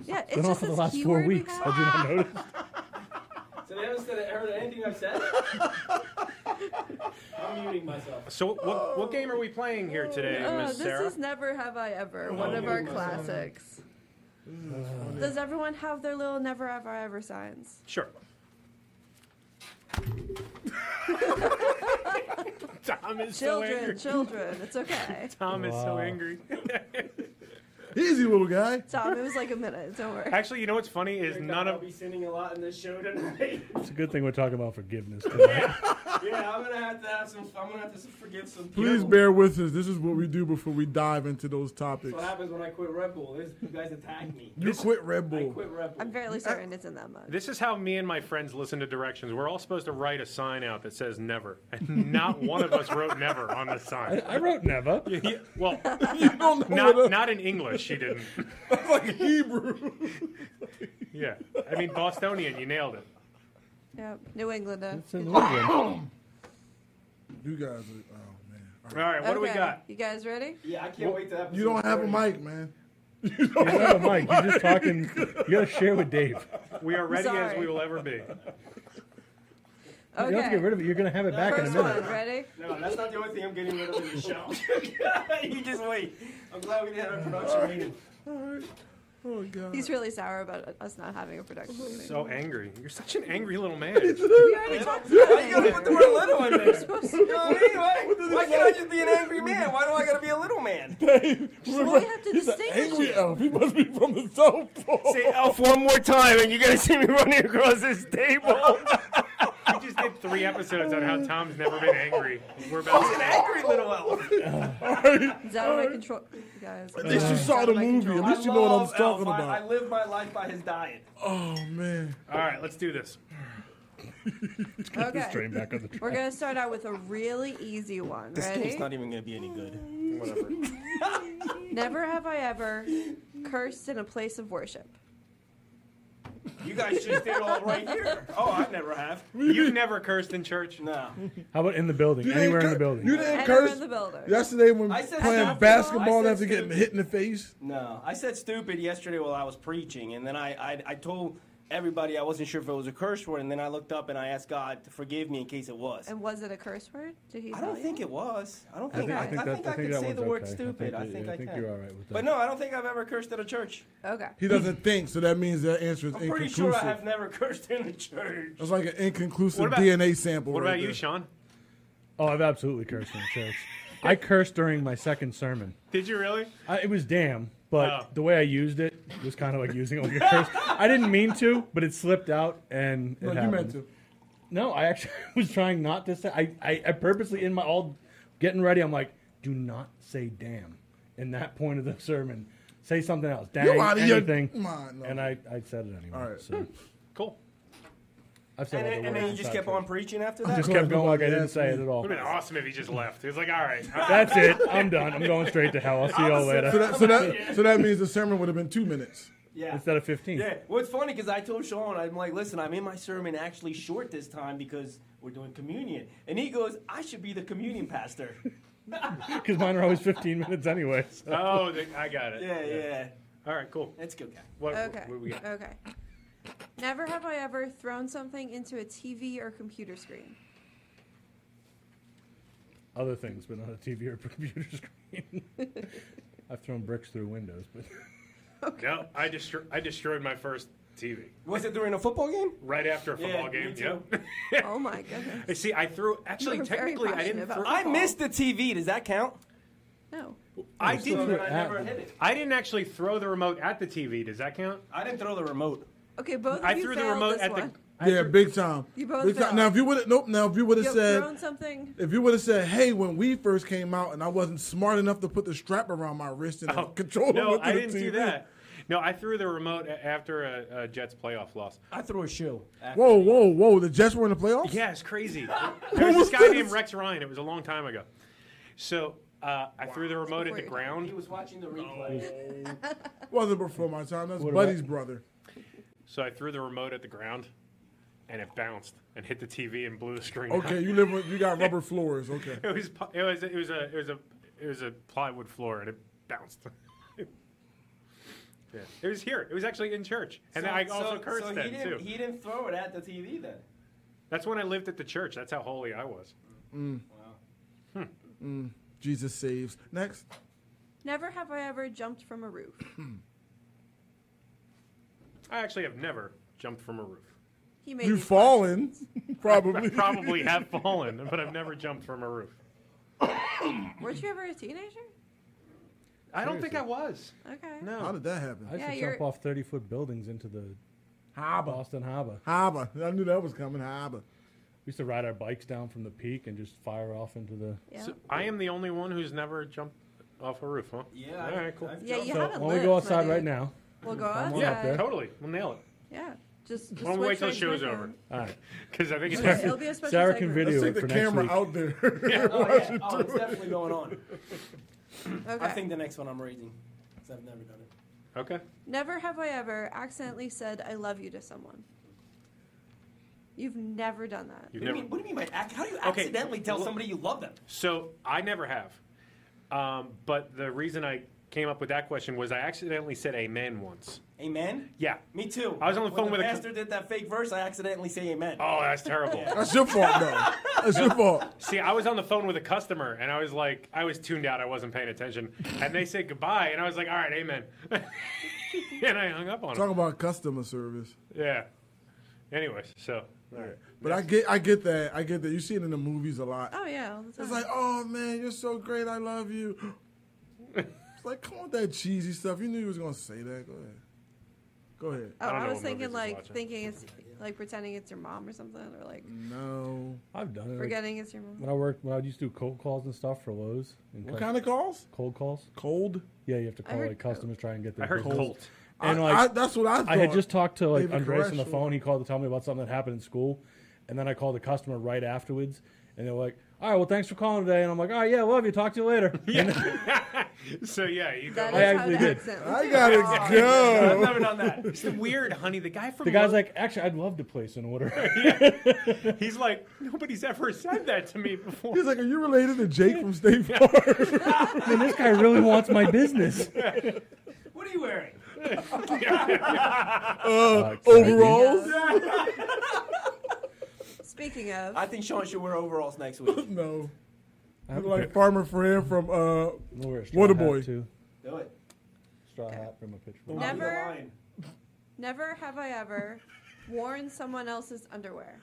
[SPEAKER 8] yeah, it's
[SPEAKER 5] Been
[SPEAKER 8] just
[SPEAKER 5] off for the
[SPEAKER 8] this
[SPEAKER 5] last four
[SPEAKER 8] keyword we
[SPEAKER 5] weeks.
[SPEAKER 8] have.
[SPEAKER 5] I
[SPEAKER 6] [laughs]
[SPEAKER 5] did not notice.
[SPEAKER 6] So they haven't said heard anything I've [laughs] said? I'm muting myself.
[SPEAKER 3] So what what game are we playing here today,
[SPEAKER 8] Oh,
[SPEAKER 3] Miss
[SPEAKER 8] this
[SPEAKER 3] Sarah?
[SPEAKER 8] is never have I ever, one of our classics. Does everyone have their little never have I ever signs? [laughs]
[SPEAKER 3] Sure. Tom is so
[SPEAKER 8] Children,
[SPEAKER 3] angry.
[SPEAKER 8] children, it's okay.
[SPEAKER 3] Tom is so
[SPEAKER 5] Wow.
[SPEAKER 3] angry.
[SPEAKER 1] Easy, little guy.
[SPEAKER 8] Tom, it was like a minute. Don't worry.
[SPEAKER 3] Actually, you know what's funny is none
[SPEAKER 6] I'll
[SPEAKER 3] of
[SPEAKER 6] be sinning a lot in this show tonight. [laughs]
[SPEAKER 5] It's a good thing we're talking about forgiveness. tonight.
[SPEAKER 6] yeah, I'm gonna have to have some. I'm gonna have to forgive some.
[SPEAKER 1] Please
[SPEAKER 6] people.
[SPEAKER 1] bear with us. This is what we do before we dive into those
[SPEAKER 6] That's
[SPEAKER 1] topics.
[SPEAKER 6] what happens when I quit Red Bull. Is you guys attack me.
[SPEAKER 1] You quit Red
[SPEAKER 6] I
[SPEAKER 1] Bull.
[SPEAKER 6] quit Red Bull.
[SPEAKER 8] I'm fairly certain it's in that mug.
[SPEAKER 3] this is how me and my friends listen to directions. We're all supposed to write a sign out that says never, and not one of us wrote never on the
[SPEAKER 8] [laughs]
[SPEAKER 3] sign.
[SPEAKER 5] I wrote never.
[SPEAKER 6] [laughs]
[SPEAKER 3] Yeah, well,
[SPEAKER 1] You don't know what
[SPEAKER 3] not
[SPEAKER 1] a-
[SPEAKER 3] not in English. She didn't.
[SPEAKER 1] That's like Hebrew.
[SPEAKER 3] Yeah, I mean Bostonian. You nailed it.
[SPEAKER 8] Yep. New England. uh,
[SPEAKER 5] It's in England.
[SPEAKER 1] You guys, are, oh man. All
[SPEAKER 3] All right, what do we
[SPEAKER 8] Okay,
[SPEAKER 3] got?
[SPEAKER 8] You guys ready?
[SPEAKER 6] Yeah, I can't wait to have.
[SPEAKER 1] right. You don't have a mic, man.
[SPEAKER 5] You don't have a mic. You're just talking. You gotta share with Dave.
[SPEAKER 3] We are ready as
[SPEAKER 8] Sorry.
[SPEAKER 3] we will ever be.
[SPEAKER 5] You don't have to get
[SPEAKER 8] Okay.
[SPEAKER 5] rid of it. You're gonna have it back in a
[SPEAKER 8] First
[SPEAKER 5] minute.
[SPEAKER 8] one, ready?
[SPEAKER 6] No, that's not the only thing I'm getting rid of in the show. [laughs] you just wait. I'm glad we didn't have a production meeting.
[SPEAKER 1] Oh god.
[SPEAKER 8] He's really sour about us not having a production meeting.
[SPEAKER 3] So angry. You're such an angry little man.
[SPEAKER 8] we already talked about
[SPEAKER 6] Why you gotta put the
[SPEAKER 8] it.
[SPEAKER 6] word little in there?
[SPEAKER 8] We're supposed
[SPEAKER 6] You know what I mean? [laughs] Why, why can't I just be an angry [laughs] man? Why do I gotta be a little man?
[SPEAKER 8] Well, we have to
[SPEAKER 1] He's an
[SPEAKER 8] distinguish
[SPEAKER 1] angry
[SPEAKER 8] it.
[SPEAKER 1] elf. He must be from the South Pole.
[SPEAKER 6] Say elf one more time, and you're gonna see me [laughs] running across this table.
[SPEAKER 3] I just did three episodes on how Tom's never been angry. We're about
[SPEAKER 6] An
[SPEAKER 3] to
[SPEAKER 6] angry little elf.
[SPEAKER 8] It's out of my control, you guys. uh,
[SPEAKER 1] At least you saw the movie. At least you know what I'm
[SPEAKER 6] love
[SPEAKER 1] talking
[SPEAKER 6] elf. I, I
[SPEAKER 1] about.
[SPEAKER 6] live my life by his diet.
[SPEAKER 1] Oh man.
[SPEAKER 3] All right, let's do this.
[SPEAKER 8] Okay.
[SPEAKER 5] Straight back on the track.
[SPEAKER 8] We're gonna start out with a really easy one. Ready?
[SPEAKER 6] even gonna be any good.
[SPEAKER 3] Whatever.
[SPEAKER 8] Never have I ever cursed in a place of worship.
[SPEAKER 6] You guys just did all right here. Oh, I never have.
[SPEAKER 3] You've never cursed in church.
[SPEAKER 6] No.
[SPEAKER 5] How about in the building?
[SPEAKER 1] You didn't
[SPEAKER 5] Anywhere in the
[SPEAKER 1] cur-
[SPEAKER 5] building?
[SPEAKER 1] You didn't
[SPEAKER 8] Anywhere
[SPEAKER 1] curse
[SPEAKER 8] in the building.
[SPEAKER 1] yesterday when
[SPEAKER 6] I said
[SPEAKER 1] playing
[SPEAKER 6] stop. I
[SPEAKER 1] basketball
[SPEAKER 6] said
[SPEAKER 1] after getting
[SPEAKER 6] stupid.
[SPEAKER 1] hit in the face.
[SPEAKER 6] No, I said stupid yesterday while I was preaching, and then I, I, I told everybody I wasn't sure if it was a curse word, and then I looked up and I asked God to forgive me in case it was.
[SPEAKER 8] And was it a curse word? Did he?
[SPEAKER 6] I
[SPEAKER 8] tell
[SPEAKER 6] don't
[SPEAKER 8] you?
[SPEAKER 6] think it was. I don't think
[SPEAKER 5] think-
[SPEAKER 6] I,
[SPEAKER 5] I
[SPEAKER 6] I
[SPEAKER 5] think
[SPEAKER 6] think
[SPEAKER 5] that-
[SPEAKER 6] I,
[SPEAKER 5] I think
[SPEAKER 6] could
[SPEAKER 5] that
[SPEAKER 6] say the
[SPEAKER 5] one's
[SPEAKER 6] word
[SPEAKER 5] okay. I
[SPEAKER 6] stupid.
[SPEAKER 5] think
[SPEAKER 6] I
[SPEAKER 5] you-
[SPEAKER 6] think
[SPEAKER 5] I
[SPEAKER 6] I,
[SPEAKER 5] think
[SPEAKER 6] can.
[SPEAKER 5] you're all right with that.
[SPEAKER 6] But no, I don't think I've ever cursed at a church.
[SPEAKER 8] Okay.
[SPEAKER 1] He doesn't think, so that means that answer is
[SPEAKER 6] I'm pretty
[SPEAKER 1] inconclusive.
[SPEAKER 6] sure I have never [laughs] cursed in a church.
[SPEAKER 1] It's like an inconclusive
[SPEAKER 3] What about-
[SPEAKER 1] DNA sample.
[SPEAKER 3] What
[SPEAKER 1] right
[SPEAKER 3] about you,
[SPEAKER 1] there.
[SPEAKER 3] Sean?
[SPEAKER 5] Oh, I've absolutely cursed in church. I cursed during my second sermon.
[SPEAKER 3] Did you really?
[SPEAKER 5] I, it was damn, but
[SPEAKER 3] Oh.
[SPEAKER 5] the way I used it was kind of like using it like a curse. I didn't mean to, but it slipped out and it
[SPEAKER 1] No, you
[SPEAKER 5] happened.
[SPEAKER 1] meant to.
[SPEAKER 5] No, I actually [laughs] was trying not to say. I, I, I purposely in my all getting ready. I'm like, do not say damn in that point of the sermon. Say something else. Dang,
[SPEAKER 1] You out of your
[SPEAKER 5] anything.
[SPEAKER 1] mind, no.
[SPEAKER 5] And I, I said it anyway.
[SPEAKER 1] All right.
[SPEAKER 5] So
[SPEAKER 3] Cool.
[SPEAKER 5] I've said
[SPEAKER 6] And,
[SPEAKER 5] all
[SPEAKER 6] then-
[SPEAKER 5] the
[SPEAKER 6] and
[SPEAKER 5] words
[SPEAKER 6] then you just
[SPEAKER 5] inside
[SPEAKER 6] kept
[SPEAKER 5] church.
[SPEAKER 6] on preaching after that.
[SPEAKER 5] Just kept going like I didn't
[SPEAKER 1] Yes,
[SPEAKER 5] say it
[SPEAKER 1] man.
[SPEAKER 5] at all.
[SPEAKER 3] Would have been awesome if he just left. He was like, all right.
[SPEAKER 5] That's it. I'm done. I'm going straight
[SPEAKER 6] [laughs]
[SPEAKER 5] to hell. I'll see y'all
[SPEAKER 1] So
[SPEAKER 5] later.
[SPEAKER 1] that, so that, so that means the sermon would have been two minutes.
[SPEAKER 6] Yeah.
[SPEAKER 5] Instead of 15. [laughs]
[SPEAKER 6] Yeah. Well, it's funny because I told Sean, I'm like, listen, I made my sermon actually short this time because we're doing communion, and he goes, I should be the communion
[SPEAKER 5] [laughs]
[SPEAKER 6] pastor.
[SPEAKER 5] Because mine are always 15 minutes anyway. So.
[SPEAKER 3] [laughs] Oh, the, I got it.
[SPEAKER 6] yeah, yeah.
[SPEAKER 3] All right, cool.
[SPEAKER 6] That's good guy.
[SPEAKER 3] What,
[SPEAKER 8] Okay.
[SPEAKER 3] what, do we got?
[SPEAKER 8] Okay. Never have I ever thrown something into a TV or computer
[SPEAKER 3] [laughs]
[SPEAKER 8] screen.
[SPEAKER 5] Other things, but not a TV or [laughs] computer
[SPEAKER 1] [laughs]
[SPEAKER 5] screen. I've thrown bricks through windows, but [laughs]
[SPEAKER 3] No, I, destro- I destroyed my first TV
[SPEAKER 6] Was it during a football game?
[SPEAKER 3] right after a
[SPEAKER 6] Yeah,
[SPEAKER 3] football
[SPEAKER 6] me
[SPEAKER 3] game.
[SPEAKER 6] too.
[SPEAKER 3] Yep.
[SPEAKER 8] Oh my goodness.
[SPEAKER 3] I [laughs] see. I threw. Actually,
[SPEAKER 8] were very
[SPEAKER 3] technically, I
[SPEAKER 8] passionate
[SPEAKER 3] didn't.
[SPEAKER 8] about
[SPEAKER 3] Throw,
[SPEAKER 6] I
[SPEAKER 8] football.
[SPEAKER 6] missed the TV. Does that count?
[SPEAKER 8] No.
[SPEAKER 3] I
[SPEAKER 5] still
[SPEAKER 3] didn't.
[SPEAKER 5] threw it at them.
[SPEAKER 6] it.
[SPEAKER 3] I didn't actually throw the remote at the TV. Does that count?
[SPEAKER 6] I didn't throw the remote.
[SPEAKER 8] Okay, both of
[SPEAKER 3] I
[SPEAKER 8] you
[SPEAKER 3] threw the
[SPEAKER 8] failed
[SPEAKER 3] remote
[SPEAKER 8] this
[SPEAKER 3] at
[SPEAKER 8] one.
[SPEAKER 3] the.
[SPEAKER 1] [laughs]
[SPEAKER 3] I
[SPEAKER 1] yeah,
[SPEAKER 3] threw-
[SPEAKER 1] big time.
[SPEAKER 8] You both
[SPEAKER 1] Big time.
[SPEAKER 8] failed.
[SPEAKER 1] Now if you would have nope, now if you would have
[SPEAKER 8] You've
[SPEAKER 1] said
[SPEAKER 8] thrown something.
[SPEAKER 1] if you would have said, "Hey, when we first came out, and I wasn't smart enough to put the strap around my wrist and [laughs]
[SPEAKER 3] Oh,
[SPEAKER 1] control it
[SPEAKER 3] No,
[SPEAKER 1] with
[SPEAKER 3] I
[SPEAKER 1] the
[SPEAKER 3] didn't
[SPEAKER 1] TV.
[SPEAKER 3] do that. No, I threw the remote a- after a, a Jets playoff loss.
[SPEAKER 6] I threw a shoe. After.
[SPEAKER 1] Whoa, whoa, whoa! The Jets were in the playoffs.
[SPEAKER 3] Yeah, it's crazy. There was this guy named Rex Ryan. It was a long time ago. So uh, I threw the remote at
[SPEAKER 8] Before
[SPEAKER 3] the
[SPEAKER 8] your
[SPEAKER 6] He
[SPEAKER 3] ground.
[SPEAKER 6] was watching the
[SPEAKER 3] Oh.
[SPEAKER 6] replay.
[SPEAKER 1] wasn't before my time. That's
[SPEAKER 5] What
[SPEAKER 1] Buddy's
[SPEAKER 5] about-
[SPEAKER 1] brother.
[SPEAKER 3] So I threw the remote at the ground, and it bounced and hit the TV and blew the screen. out.
[SPEAKER 1] Okay, you live with you got rubber floors. Okay,
[SPEAKER 3] It was pu- it was it was a it was a it was a plywood floor and it bounced. yeah. It was here. It was actually in church, and I also cursed
[SPEAKER 6] so
[SPEAKER 3] then
[SPEAKER 6] he
[SPEAKER 3] too.
[SPEAKER 6] didn't, He didn't throw it at the TV then.
[SPEAKER 3] That's when I lived at the church. That's how holy I was.
[SPEAKER 1] Jesus saves. Next,
[SPEAKER 8] Never have I ever jumped from a roof.
[SPEAKER 3] I actually have never jumped from a roof.
[SPEAKER 8] He made
[SPEAKER 1] you
[SPEAKER 8] these
[SPEAKER 1] fallen [laughs] probably. [laughs]
[SPEAKER 3] I [laughs] probably have fallen, but I've never jumped from a roof.
[SPEAKER 8] questions. Weren't you ever a teenager?
[SPEAKER 3] I don't think I was.
[SPEAKER 8] Okay.
[SPEAKER 1] How
[SPEAKER 3] No.
[SPEAKER 1] did that happen?
[SPEAKER 5] I used
[SPEAKER 8] Yeah,
[SPEAKER 5] to
[SPEAKER 8] you're-
[SPEAKER 5] jump off 30 foot buildings into the
[SPEAKER 1] Haba,
[SPEAKER 5] Boston Harbor.
[SPEAKER 1] Haba. I knew that was coming. Haba.
[SPEAKER 5] We used to ride our bikes down from the peak and just fire off into the.
[SPEAKER 8] Yeah.
[SPEAKER 3] So I am the only one who's never jumped off a roof, huh?
[SPEAKER 6] Yeah.
[SPEAKER 3] All right, cool.
[SPEAKER 6] I've
[SPEAKER 8] yeah,
[SPEAKER 6] jumped-
[SPEAKER 8] you
[SPEAKER 5] So
[SPEAKER 8] haven't
[SPEAKER 5] why don't we
[SPEAKER 8] lived,
[SPEAKER 5] go
[SPEAKER 8] my
[SPEAKER 5] outside right
[SPEAKER 8] dude.
[SPEAKER 5] now?
[SPEAKER 8] We'll go
[SPEAKER 5] I'm
[SPEAKER 8] outside.
[SPEAKER 5] on up
[SPEAKER 8] Yeah.
[SPEAKER 5] there.
[SPEAKER 3] Totally. We'll nail it.
[SPEAKER 8] Just, just
[SPEAKER 3] Why don't we wait
[SPEAKER 8] switch
[SPEAKER 3] till
[SPEAKER 8] rooms
[SPEAKER 3] show's
[SPEAKER 8] with
[SPEAKER 3] over?
[SPEAKER 8] him.
[SPEAKER 3] [laughs]
[SPEAKER 5] All right.
[SPEAKER 3] Because I think it's
[SPEAKER 8] It'll be a special
[SPEAKER 5] Sarah can
[SPEAKER 8] segment.
[SPEAKER 5] video
[SPEAKER 1] Let's take
[SPEAKER 5] it for
[SPEAKER 1] the
[SPEAKER 5] next
[SPEAKER 1] camera
[SPEAKER 5] week.
[SPEAKER 1] out there. [laughs]
[SPEAKER 6] Oh, yeah. oh, it's definitely going on.
[SPEAKER 8] Okay.
[SPEAKER 6] I think the next one I'm raising. 'cause I've never done it.
[SPEAKER 3] [laughs] okay.
[SPEAKER 8] Never have I ever accidentally said I love you to someone. You've never done that.
[SPEAKER 6] What
[SPEAKER 3] You've
[SPEAKER 6] do you
[SPEAKER 3] never
[SPEAKER 6] mean? What do you mean by ac- how do you
[SPEAKER 3] Okay.
[SPEAKER 6] accidentally tell somebody you love them?
[SPEAKER 3] So I never have. Um, but the reason I came up with that question was I accidentally said amen once.
[SPEAKER 6] Amen.
[SPEAKER 3] Yeah.
[SPEAKER 6] Me too.
[SPEAKER 3] I was on the
[SPEAKER 6] when
[SPEAKER 3] phone
[SPEAKER 6] the
[SPEAKER 3] with a-
[SPEAKER 6] pastor did that fake verse. I accidentally say amen.
[SPEAKER 3] Oh, that's terrible.
[SPEAKER 5] [laughs]
[SPEAKER 1] That's your fault, though. That's your fault.
[SPEAKER 3] See, I was on the phone with a customer and I was like, I was tuned out. I wasn't paying attention. And they said goodbye. And I was like, all right, amen. [laughs] and I hung up on
[SPEAKER 1] Talk
[SPEAKER 3] them.
[SPEAKER 1] about customer service.
[SPEAKER 3] Yeah. Anyways, so.
[SPEAKER 1] But I get, I get that. I get that. You see it in the movies a lot.
[SPEAKER 8] Oh yeah, all the time.
[SPEAKER 1] It's like, oh man, you're so great. I love you. It's like, come on, with that cheesy stuff. You knew you was gonna say that. Go ahead. Go ahead.
[SPEAKER 8] oh,
[SPEAKER 3] I don't
[SPEAKER 8] I,
[SPEAKER 3] know
[SPEAKER 8] was
[SPEAKER 3] what
[SPEAKER 8] thinking
[SPEAKER 3] movies he's
[SPEAKER 8] like
[SPEAKER 3] watching.
[SPEAKER 8] thinking it's like pretending it's your mom or something, or like
[SPEAKER 1] No.
[SPEAKER 5] I've done it. Like,
[SPEAKER 8] forgetting it's your mom.
[SPEAKER 5] when I worked, when I used to do cold calls and stuff for Lowe's. And
[SPEAKER 1] What kind of calls?
[SPEAKER 5] cold calls?
[SPEAKER 1] Cold.
[SPEAKER 5] Yeah, you have to
[SPEAKER 8] I
[SPEAKER 5] call
[SPEAKER 8] heard
[SPEAKER 5] like customers, try and get their
[SPEAKER 3] I heard
[SPEAKER 5] business.
[SPEAKER 3] Colt.
[SPEAKER 5] And
[SPEAKER 1] I-
[SPEAKER 5] like,
[SPEAKER 1] I- that's what I thought.
[SPEAKER 5] I had just talked to like
[SPEAKER 1] David
[SPEAKER 5] Andres on the
[SPEAKER 1] Koresh.
[SPEAKER 5] phone. He called to tell me about something that happened in school, and then I called the customer right afterwards, and they were like, all right, well, thanks for calling today. And I'm like, all right, yeah, love you. Talk to
[SPEAKER 1] [laughs]
[SPEAKER 5] you later.
[SPEAKER 3] so yeah, you go.
[SPEAKER 8] That
[SPEAKER 5] I
[SPEAKER 8] is how
[SPEAKER 5] actually
[SPEAKER 8] the
[SPEAKER 5] did.
[SPEAKER 8] accent.
[SPEAKER 1] I
[SPEAKER 5] [laughs]
[SPEAKER 1] gotta go.
[SPEAKER 2] I've never done that.
[SPEAKER 3] It's the weird, honey. The guy from
[SPEAKER 5] The guy's
[SPEAKER 3] Lo-
[SPEAKER 5] like, actually, I'd love to place an order. [laughs]
[SPEAKER 3] he's like, nobody's ever said that to me before.
[SPEAKER 1] He's like, "Are you related to Jake from
[SPEAKER 5] [laughs]
[SPEAKER 1] State Farm?"
[SPEAKER 5] Man, this guy really wants
[SPEAKER 1] [laughs]
[SPEAKER 5] my business.
[SPEAKER 2] What are you wearing?
[SPEAKER 5] Uh,
[SPEAKER 8] [laughs]
[SPEAKER 1] Overalls?
[SPEAKER 8] Speaking of,
[SPEAKER 2] I think Sean should wear overalls next [laughs] week.
[SPEAKER 1] No. Look like Farmer Fred from uh.
[SPEAKER 5] I'll wear a
[SPEAKER 1] Water
[SPEAKER 5] straw hat,
[SPEAKER 1] boy.
[SPEAKER 5] too.
[SPEAKER 2] Do it.
[SPEAKER 5] Straw hat from a pitchfork.
[SPEAKER 8] Never-
[SPEAKER 2] Be the lion.
[SPEAKER 8] never have I ever worn someone else's underwear.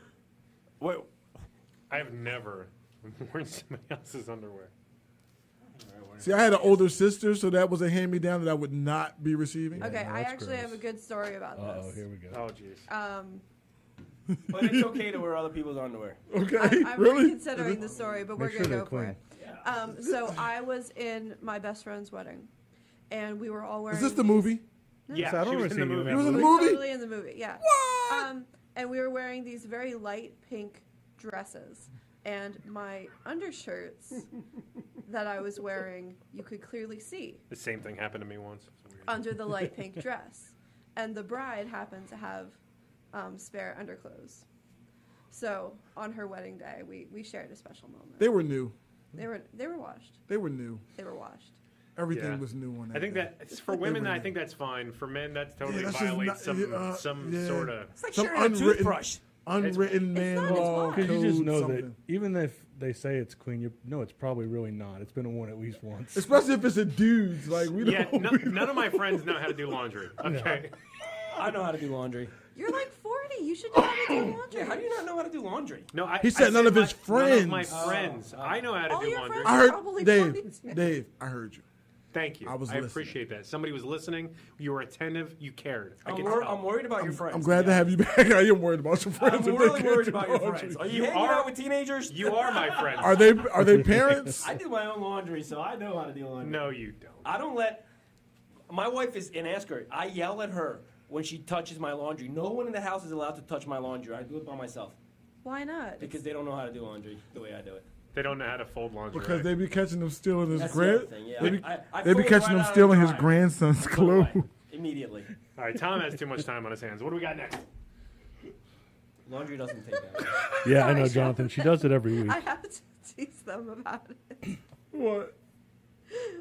[SPEAKER 3] Wait, I've never worn somebody else's underwear.
[SPEAKER 1] See, I had an older sister, so that was a hand-me-down that I would not be receiving.
[SPEAKER 8] Okay,
[SPEAKER 5] no,
[SPEAKER 8] I
[SPEAKER 5] that's
[SPEAKER 8] actually have a
[SPEAKER 5] gross.
[SPEAKER 8] good story about
[SPEAKER 5] Uh-oh,
[SPEAKER 8] this.
[SPEAKER 5] here we go.
[SPEAKER 3] Oh jeez.
[SPEAKER 1] Uh,
[SPEAKER 8] Um,
[SPEAKER 2] But it's okay to wear other people's underwear.
[SPEAKER 1] [laughs] Okay, [laughs]
[SPEAKER 8] I'm, I'm
[SPEAKER 1] really?
[SPEAKER 8] reconsidering the story, but we're
[SPEAKER 5] Make sure
[SPEAKER 8] gonna
[SPEAKER 5] they're
[SPEAKER 8] go for
[SPEAKER 5] clean.
[SPEAKER 8] it. Um, so I was in my best friend's wedding, and we were all wearing.
[SPEAKER 1] Is this the movie?
[SPEAKER 3] Yeah,
[SPEAKER 5] So I don't
[SPEAKER 3] she was
[SPEAKER 5] remember
[SPEAKER 3] in the
[SPEAKER 5] seeing you
[SPEAKER 3] movie.
[SPEAKER 5] in
[SPEAKER 1] It was in the
[SPEAKER 8] We're
[SPEAKER 1] movie.
[SPEAKER 8] Totally in the movie, yeah. Um, and we were wearing these very light pink dresses, and my undershirts that I was wearing, you could clearly see
[SPEAKER 3] The same thing happened to me once. It's weird.
[SPEAKER 8] under the
[SPEAKER 1] [laughs]
[SPEAKER 8] light pink dress. And the bride happened to have um, spare underclothes. So on her wedding day, we, we shared a special moment.
[SPEAKER 1] They were new.
[SPEAKER 8] They were they were washed.
[SPEAKER 1] They were new.
[SPEAKER 8] They were washed.
[SPEAKER 1] Everything
[SPEAKER 3] Yeah.
[SPEAKER 1] was new on that.
[SPEAKER 3] I think
[SPEAKER 1] day.
[SPEAKER 3] that it's for women. I think that's fine. For men, that's totally
[SPEAKER 1] Yeah, that's just
[SPEAKER 3] violates
[SPEAKER 1] not-
[SPEAKER 3] some
[SPEAKER 1] uh,
[SPEAKER 3] some
[SPEAKER 1] yeah. [laughs]
[SPEAKER 3] sort of.
[SPEAKER 2] It's like
[SPEAKER 1] Some
[SPEAKER 2] sharing a
[SPEAKER 1] unwritten-
[SPEAKER 2] toothbrush.
[SPEAKER 1] unwritten man
[SPEAKER 8] not as
[SPEAKER 1] law.
[SPEAKER 8] long.
[SPEAKER 5] Because you just
[SPEAKER 1] code,
[SPEAKER 5] know
[SPEAKER 1] something.
[SPEAKER 5] that even if they say it's clean, you know it's probably really not. It's been worn at least once.
[SPEAKER 1] Especially if it's a dude's, like we
[SPEAKER 3] Yeah,
[SPEAKER 1] don't.
[SPEAKER 3] no, none of my friends know how to do
[SPEAKER 1] [laughs]
[SPEAKER 3] laundry. Okay,
[SPEAKER 2] I know how to do laundry.
[SPEAKER 8] You're like 40. You should know how to do laundry.
[SPEAKER 2] [coughs] Yeah, how do you not know how to do laundry?
[SPEAKER 3] no, I,
[SPEAKER 1] He said
[SPEAKER 3] I
[SPEAKER 1] none of
[SPEAKER 3] my-
[SPEAKER 1] his
[SPEAKER 3] None of my
[SPEAKER 1] friends. Oh.
[SPEAKER 3] friends. I know how to
[SPEAKER 8] All
[SPEAKER 3] do
[SPEAKER 8] your
[SPEAKER 3] laundry.
[SPEAKER 8] friends-
[SPEAKER 1] I heard
[SPEAKER 8] Probably
[SPEAKER 1] Dave.
[SPEAKER 8] fine.
[SPEAKER 1] Dave, I heard you.
[SPEAKER 3] Thank you. I,
[SPEAKER 1] I was listening.
[SPEAKER 3] appreciate that. Somebody was listening. You were attentive. You cared. I
[SPEAKER 2] I'm,
[SPEAKER 3] can
[SPEAKER 2] wor-
[SPEAKER 3] tell.
[SPEAKER 2] I'm worried about your friends.
[SPEAKER 1] I'm glad to have you [laughs] back. I am worried about [laughs] your friends.
[SPEAKER 2] I'm
[SPEAKER 1] if they
[SPEAKER 2] really
[SPEAKER 1] can't
[SPEAKER 2] worried
[SPEAKER 1] do
[SPEAKER 2] about your
[SPEAKER 1] laundry.
[SPEAKER 2] friends. Are you, hanging
[SPEAKER 3] are-
[SPEAKER 2] out with teenagers?
[SPEAKER 3] You are my
[SPEAKER 1] [laughs]
[SPEAKER 3] friend.
[SPEAKER 1] Are they are they parents?
[SPEAKER 2] [laughs] I do my own laundry, so I know how to do laundry.
[SPEAKER 3] no, you don't.
[SPEAKER 2] I don't let my wife is and ask her. I yell at her when she touches my laundry. No one in the house is allowed to touch my laundry. I do it by myself
[SPEAKER 8] Why not?
[SPEAKER 2] because they don't know how to do laundry the way I do it.
[SPEAKER 3] They don't know how to fold laundry.
[SPEAKER 1] Because they be catching them stealing his
[SPEAKER 2] That's the
[SPEAKER 1] grand.
[SPEAKER 2] other thing, yeah.
[SPEAKER 1] They be,
[SPEAKER 2] I- I- I
[SPEAKER 1] they be
[SPEAKER 2] pulled
[SPEAKER 1] catching
[SPEAKER 2] right
[SPEAKER 1] him
[SPEAKER 2] out of
[SPEAKER 1] stealing
[SPEAKER 2] the
[SPEAKER 1] his
[SPEAKER 2] dryer.
[SPEAKER 1] grandson's
[SPEAKER 2] Put it
[SPEAKER 1] clothes.
[SPEAKER 2] away Immediately,
[SPEAKER 3] All right, Tom has too much time on his hands. What do we got next?
[SPEAKER 2] laundry doesn't take that. [laughs] long.
[SPEAKER 5] yeah,
[SPEAKER 1] [laughs]
[SPEAKER 5] I know, Jonathan. She does it every week.
[SPEAKER 8] I have to tease them about it.
[SPEAKER 1] What?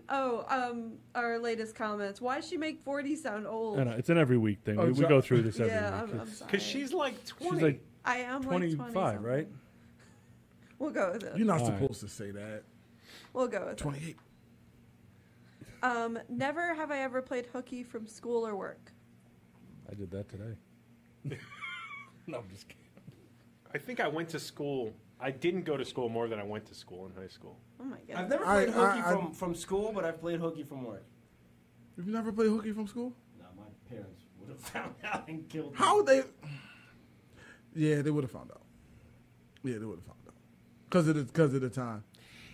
[SPEAKER 8] Oh, um, our latest comments. Why she make 40 sound old?
[SPEAKER 5] I know, it's an every week thing.
[SPEAKER 1] Oh,
[SPEAKER 5] We, we go through this every
[SPEAKER 8] yeah,
[SPEAKER 5] week.
[SPEAKER 8] I'm, I'm
[SPEAKER 5] It's-
[SPEAKER 8] sorry.
[SPEAKER 3] Because she's like twenty.
[SPEAKER 5] she's like
[SPEAKER 8] I am like
[SPEAKER 5] 25,
[SPEAKER 8] 20-something.
[SPEAKER 5] right?
[SPEAKER 8] We'll go with it.
[SPEAKER 1] You're not
[SPEAKER 5] All right.
[SPEAKER 1] supposed to say that.
[SPEAKER 8] We'll go with it.
[SPEAKER 1] 28.
[SPEAKER 8] Um, never have I ever played hooky from school or work.
[SPEAKER 5] I did that today. no, I'm just kidding.
[SPEAKER 3] I think I went to school. I didn't go to school more than I went to school in high school.
[SPEAKER 8] Oh my
[SPEAKER 2] I've
[SPEAKER 8] god.
[SPEAKER 2] never
[SPEAKER 1] I-
[SPEAKER 2] played hooky
[SPEAKER 1] I- I-
[SPEAKER 2] from, from school, but I've played hooky from work.
[SPEAKER 1] You've never played hooky from school?
[SPEAKER 2] No, my parents would have [laughs] found out and killed me.
[SPEAKER 1] How would they? Yeah, they would have found out. Yeah, they would have found out. Because of the because of the time.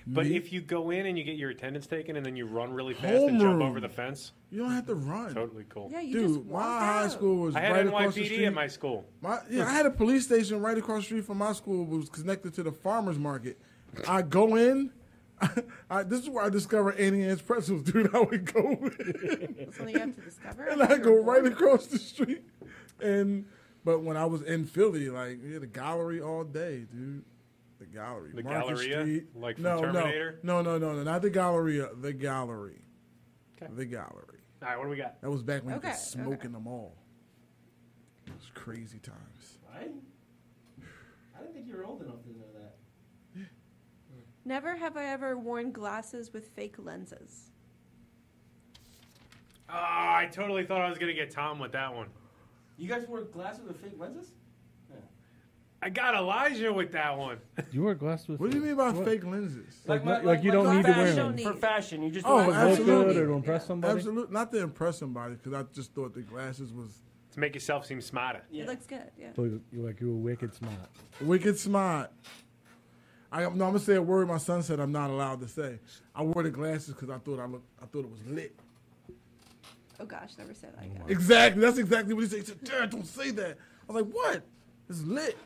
[SPEAKER 3] But
[SPEAKER 1] Me?
[SPEAKER 3] if you go in and you get your attendance taken and then you run really fast and
[SPEAKER 1] Homeroom.
[SPEAKER 3] jump over the fence,
[SPEAKER 1] you don't have to run.
[SPEAKER 3] totally cool.
[SPEAKER 8] Yeah, you just
[SPEAKER 1] Dude, my
[SPEAKER 8] walk
[SPEAKER 1] high
[SPEAKER 8] out.
[SPEAKER 1] school was
[SPEAKER 3] I had
[SPEAKER 1] right across the
[SPEAKER 3] NYPD
[SPEAKER 1] street.
[SPEAKER 3] at my school.
[SPEAKER 1] My- yeah, I had a police station right across the street from my school. Was connected to the farmers market. I go in. [laughs] I, this is where I discovered Annie Ann's pretzels, dude. [laughs] I would go in.
[SPEAKER 8] That's when you have to discover.
[SPEAKER 1] [laughs] and I go right across the street. And but when I was in Philly, like we had the gallery all day, dude. The gallery,
[SPEAKER 3] The
[SPEAKER 1] Market
[SPEAKER 3] Galleria?
[SPEAKER 1] Street.
[SPEAKER 3] Like from
[SPEAKER 1] no,
[SPEAKER 3] Terminator?
[SPEAKER 1] No, no, no, no, not the Galleria. The gallery,
[SPEAKER 3] Okay.
[SPEAKER 1] the gallery.
[SPEAKER 3] All right, what do we got?
[SPEAKER 1] That was back when
[SPEAKER 8] Okay,
[SPEAKER 1] you could smoke
[SPEAKER 8] okay.
[SPEAKER 1] in the mall. It was crazy times.
[SPEAKER 2] Right? I didn't think you were old enough to know that.
[SPEAKER 8] Never have I ever worn glasses with fake lenses.
[SPEAKER 3] Oh, I totally thought I was going to get Tom with that one.
[SPEAKER 2] You guys wear glasses with fake lenses?
[SPEAKER 3] I got Elijah with that one. [laughs]
[SPEAKER 5] You wear glasses with
[SPEAKER 1] What do you mean by
[SPEAKER 5] What?
[SPEAKER 1] fake lenses?
[SPEAKER 5] Like not- like you don't
[SPEAKER 8] need to wear
[SPEAKER 2] fashion,
[SPEAKER 8] them.
[SPEAKER 2] For fashion, you just
[SPEAKER 1] Oh,
[SPEAKER 2] wear
[SPEAKER 5] To
[SPEAKER 2] them.
[SPEAKER 5] look
[SPEAKER 1] Absolutely.
[SPEAKER 5] good or to impress somebody?
[SPEAKER 1] Absolute, not to impress somebody, because I just thought the glasses was
[SPEAKER 3] to make yourself seem smarter.
[SPEAKER 2] Yeah.
[SPEAKER 8] It looks good, yeah.
[SPEAKER 5] So you- you're like, you're wicked smart.
[SPEAKER 1] wicked smart. I no, I'm gonna say a word my son said I'm not allowed to say. I wore the glasses because I thought I looked, I thought it was lit.
[SPEAKER 8] Oh gosh, never said that again.
[SPEAKER 1] Exactly. That's exactly what he said. He said, Dad, don't say that. I was like, what? It's lit.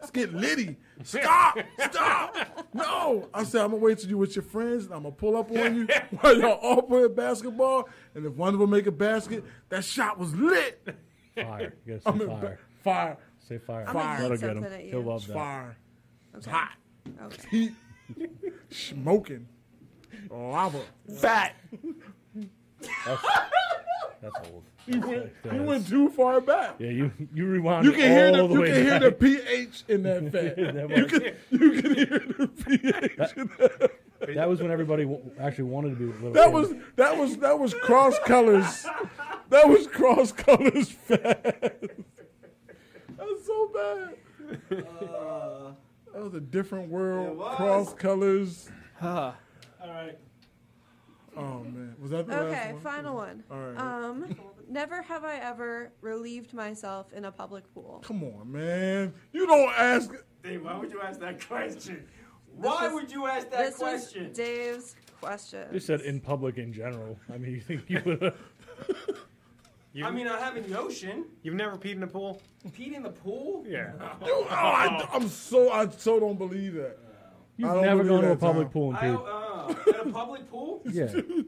[SPEAKER 1] Let's get litty. Stop! Stop! No! I said, I'm gonna wait till you with your friends and I'm gonna pull up on you while y'all all playing basketball. And if one of them make a basket, that shot was lit.
[SPEAKER 5] Fire. You gotta
[SPEAKER 1] I'm
[SPEAKER 5] say
[SPEAKER 1] in
[SPEAKER 5] fire.
[SPEAKER 1] ba- fire.
[SPEAKER 5] Say fire.
[SPEAKER 8] I'm gonna
[SPEAKER 1] Fire.
[SPEAKER 8] yeet
[SPEAKER 5] That'll get him.
[SPEAKER 8] something at you.
[SPEAKER 5] He'll love that.
[SPEAKER 1] Fire. It's hot.
[SPEAKER 8] Okay.
[SPEAKER 1] Heat. Smoking. Lava.
[SPEAKER 2] Fat.
[SPEAKER 5] That's old.
[SPEAKER 1] You went, you went too far back.
[SPEAKER 5] Yeah, you you rewind
[SPEAKER 1] You
[SPEAKER 5] it
[SPEAKER 1] can hear the,
[SPEAKER 5] all the,
[SPEAKER 1] you
[SPEAKER 5] way
[SPEAKER 1] can hear
[SPEAKER 5] back.
[SPEAKER 1] the pH in that fat.
[SPEAKER 5] [laughs] That
[SPEAKER 1] you,
[SPEAKER 5] was-
[SPEAKER 1] can, you can hear the pH in that
[SPEAKER 5] [laughs] That was when everybody w- actually wanted to be with little.
[SPEAKER 1] That
[SPEAKER 5] kids.
[SPEAKER 1] was that was that was cross colors. That was cross colors fast. That's so bad. that was a different world.
[SPEAKER 2] Uh, was.
[SPEAKER 1] Cross colors.
[SPEAKER 2] All right.
[SPEAKER 1] Oh man, was that the
[SPEAKER 8] Okay,
[SPEAKER 1] last one?
[SPEAKER 8] final one.
[SPEAKER 1] All right.
[SPEAKER 8] Um, never have I ever relieved myself in a public pool.
[SPEAKER 1] Come on, man. You don't ask.
[SPEAKER 2] Dave, why would you ask that question? Why
[SPEAKER 8] was-
[SPEAKER 2] would you ask that
[SPEAKER 8] This was
[SPEAKER 2] question?
[SPEAKER 8] Dave's question.
[SPEAKER 5] You said in public in general. I mean, you think you would?
[SPEAKER 2] I mean, I have in the ocean.
[SPEAKER 3] You've never peed in a pool?
[SPEAKER 2] Pete in the pool?
[SPEAKER 3] Yeah.
[SPEAKER 1] You, oh, I, am so I so don't believe that.
[SPEAKER 5] You've
[SPEAKER 1] don't
[SPEAKER 5] never
[SPEAKER 1] believe
[SPEAKER 5] gone to a
[SPEAKER 1] that,
[SPEAKER 5] public
[SPEAKER 1] Tom.
[SPEAKER 5] pool
[SPEAKER 2] I,
[SPEAKER 5] and
[SPEAKER 2] uh, in a public pool?
[SPEAKER 5] peed.
[SPEAKER 1] [laughs]
[SPEAKER 5] Yeah.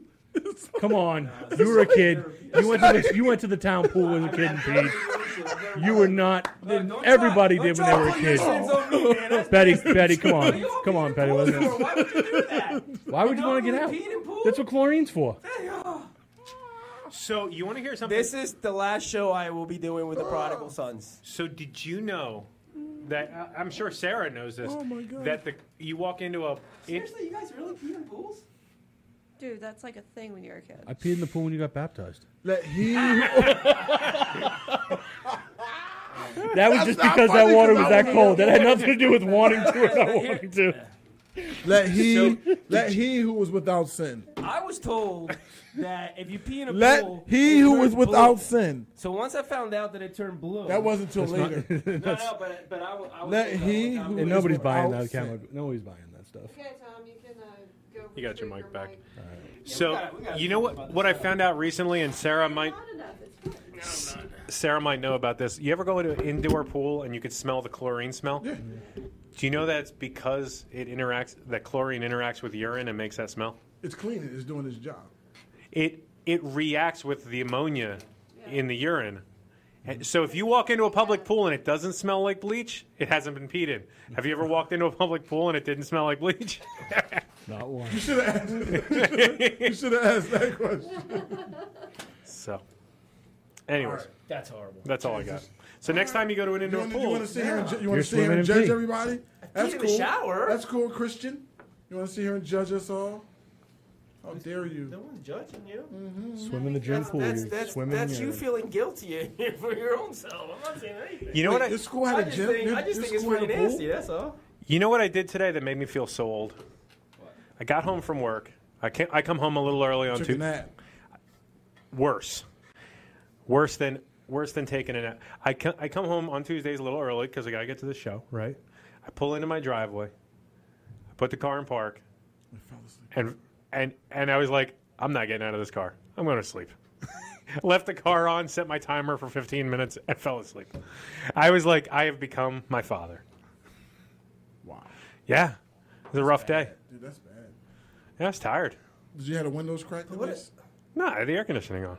[SPEAKER 5] Come on, you were a kid. You went to the, you went to the town pool as a kid and peed.
[SPEAKER 2] uh,
[SPEAKER 5] You were not. Everybody did when they were a kid. [laughs]
[SPEAKER 2] kid.
[SPEAKER 5] Betty,
[SPEAKER 1] [laughs]
[SPEAKER 5] Betty, come on, come on, Betty. Let's go.
[SPEAKER 2] Why would you do that?
[SPEAKER 5] [laughs] Why would you want to get out?
[SPEAKER 2] Peed in pool?
[SPEAKER 5] That's what chlorine's for.
[SPEAKER 3] [laughs]
[SPEAKER 2] oh.
[SPEAKER 3] So you want to hear something?
[SPEAKER 2] This is the last show I will be doing with the Prodigal Sons.
[SPEAKER 3] So did you know that I- I'm sure Sarah knows this?
[SPEAKER 1] Oh my God.
[SPEAKER 3] That the you walk into a it,
[SPEAKER 2] Seriously, you guys really peed in pools?
[SPEAKER 8] Dude, that's like a thing when you're a kid.
[SPEAKER 5] I peed in the pool when you got baptized.
[SPEAKER 1] Let he.
[SPEAKER 5] That was just
[SPEAKER 1] not
[SPEAKER 5] because that
[SPEAKER 1] funny,
[SPEAKER 5] water
[SPEAKER 1] 'cause
[SPEAKER 5] was
[SPEAKER 1] I
[SPEAKER 5] that
[SPEAKER 1] was-
[SPEAKER 5] cold. That had nothing to do with wanting to or not wanting to.
[SPEAKER 1] Let he. let he who was without sin.
[SPEAKER 2] I was told that if you pee in a
[SPEAKER 1] Let
[SPEAKER 2] pool,
[SPEAKER 1] he
[SPEAKER 2] it
[SPEAKER 1] who was
[SPEAKER 2] turns blue.
[SPEAKER 1] without sin.
[SPEAKER 2] So once I found out that it turned blue,
[SPEAKER 1] That wasn't till later.
[SPEAKER 2] no, no, but but I, wa- I was
[SPEAKER 1] Let
[SPEAKER 2] told that one
[SPEAKER 1] he
[SPEAKER 2] time.
[SPEAKER 1] who
[SPEAKER 5] And
[SPEAKER 1] is
[SPEAKER 5] nobody's buying that
[SPEAKER 1] without
[SPEAKER 5] camera.
[SPEAKER 1] sin.
[SPEAKER 5] Nobody's buying that stuff.
[SPEAKER 4] Okay, Tom, you can uh, go.
[SPEAKER 3] You got your
[SPEAKER 4] retrieve
[SPEAKER 3] mic back.
[SPEAKER 2] we
[SPEAKER 3] So
[SPEAKER 2] gotta- we gotta
[SPEAKER 3] you know
[SPEAKER 2] talk about
[SPEAKER 3] what?
[SPEAKER 2] this
[SPEAKER 3] What I found out recently, and Sarah might
[SPEAKER 4] Not enough. It's good.
[SPEAKER 3] Sarah might know about this. You ever go into an indoor pool and you could smell the chlorine smell? Do you know that it's because it interacts that chlorine interacts with urine and makes that smell?
[SPEAKER 1] It's cleaning. It's doing its job.
[SPEAKER 3] It it reacts with the ammonia in the urine. And so if you walk into a public pool and it doesn't smell like bleach, it hasn't been peed in. Have you ever walked into a public pool and it didn't smell like bleach? [laughs]
[SPEAKER 5] Not one.
[SPEAKER 1] You should have asked. [laughs] you should have asked that question.
[SPEAKER 3] So, anyways,
[SPEAKER 1] All right.
[SPEAKER 6] That's horrible.
[SPEAKER 3] that's all I got. So next time you go to an
[SPEAKER 1] You
[SPEAKER 3] indoor
[SPEAKER 1] want to
[SPEAKER 3] pool,
[SPEAKER 1] you want to sit here and, ju- you want
[SPEAKER 5] You're
[SPEAKER 1] to sit here
[SPEAKER 5] swimming
[SPEAKER 1] and
[SPEAKER 5] in
[SPEAKER 1] judge
[SPEAKER 5] pee.
[SPEAKER 1] everybody? That's
[SPEAKER 2] in
[SPEAKER 1] cool.
[SPEAKER 2] the shower.
[SPEAKER 1] That's cool, Christian. You want to sit here and judge us all? How dare
[SPEAKER 2] No
[SPEAKER 1] you?
[SPEAKER 2] one's judging you.
[SPEAKER 3] Mm.
[SPEAKER 5] Swim in the gym pool.
[SPEAKER 2] That's
[SPEAKER 5] you
[SPEAKER 2] that's,
[SPEAKER 5] swim in
[SPEAKER 2] that's
[SPEAKER 5] the-
[SPEAKER 2] you feeling guilty [laughs] for your own self. I'm not saying anything.
[SPEAKER 3] you know what? I,
[SPEAKER 1] This school
[SPEAKER 2] I
[SPEAKER 1] had a
[SPEAKER 2] just
[SPEAKER 1] gym.
[SPEAKER 2] think,
[SPEAKER 1] Your-
[SPEAKER 2] I just
[SPEAKER 1] your
[SPEAKER 2] think it's
[SPEAKER 1] school had
[SPEAKER 2] pretty
[SPEAKER 1] a pool?
[SPEAKER 2] nasty. That's all.
[SPEAKER 3] You know what I did today that made me feel so old? I got home from work. I can I come home a little early on
[SPEAKER 1] Took a
[SPEAKER 3] Tuesday.
[SPEAKER 1] nap.
[SPEAKER 3] Worse, worse than worse than taking a nap. I co- I come home on Tuesdays a little early because I gotta get to the show. Right. I pull into my driveway. I put the car in park,
[SPEAKER 1] I fell asleep.
[SPEAKER 3] and and and I was like, I'm not getting out of this car. I'm going to sleep. [laughs] Left the car on, set my timer for 15 minutes, and fell asleep. I was like, I have become my father.
[SPEAKER 1] Wow,
[SPEAKER 3] Yeah, it was a rough day.
[SPEAKER 1] dude, that's bad.
[SPEAKER 3] Yeah, I was tired.
[SPEAKER 1] Did you have the windows cracked? At
[SPEAKER 2] What
[SPEAKER 1] least?
[SPEAKER 3] No, I had the air conditioning on.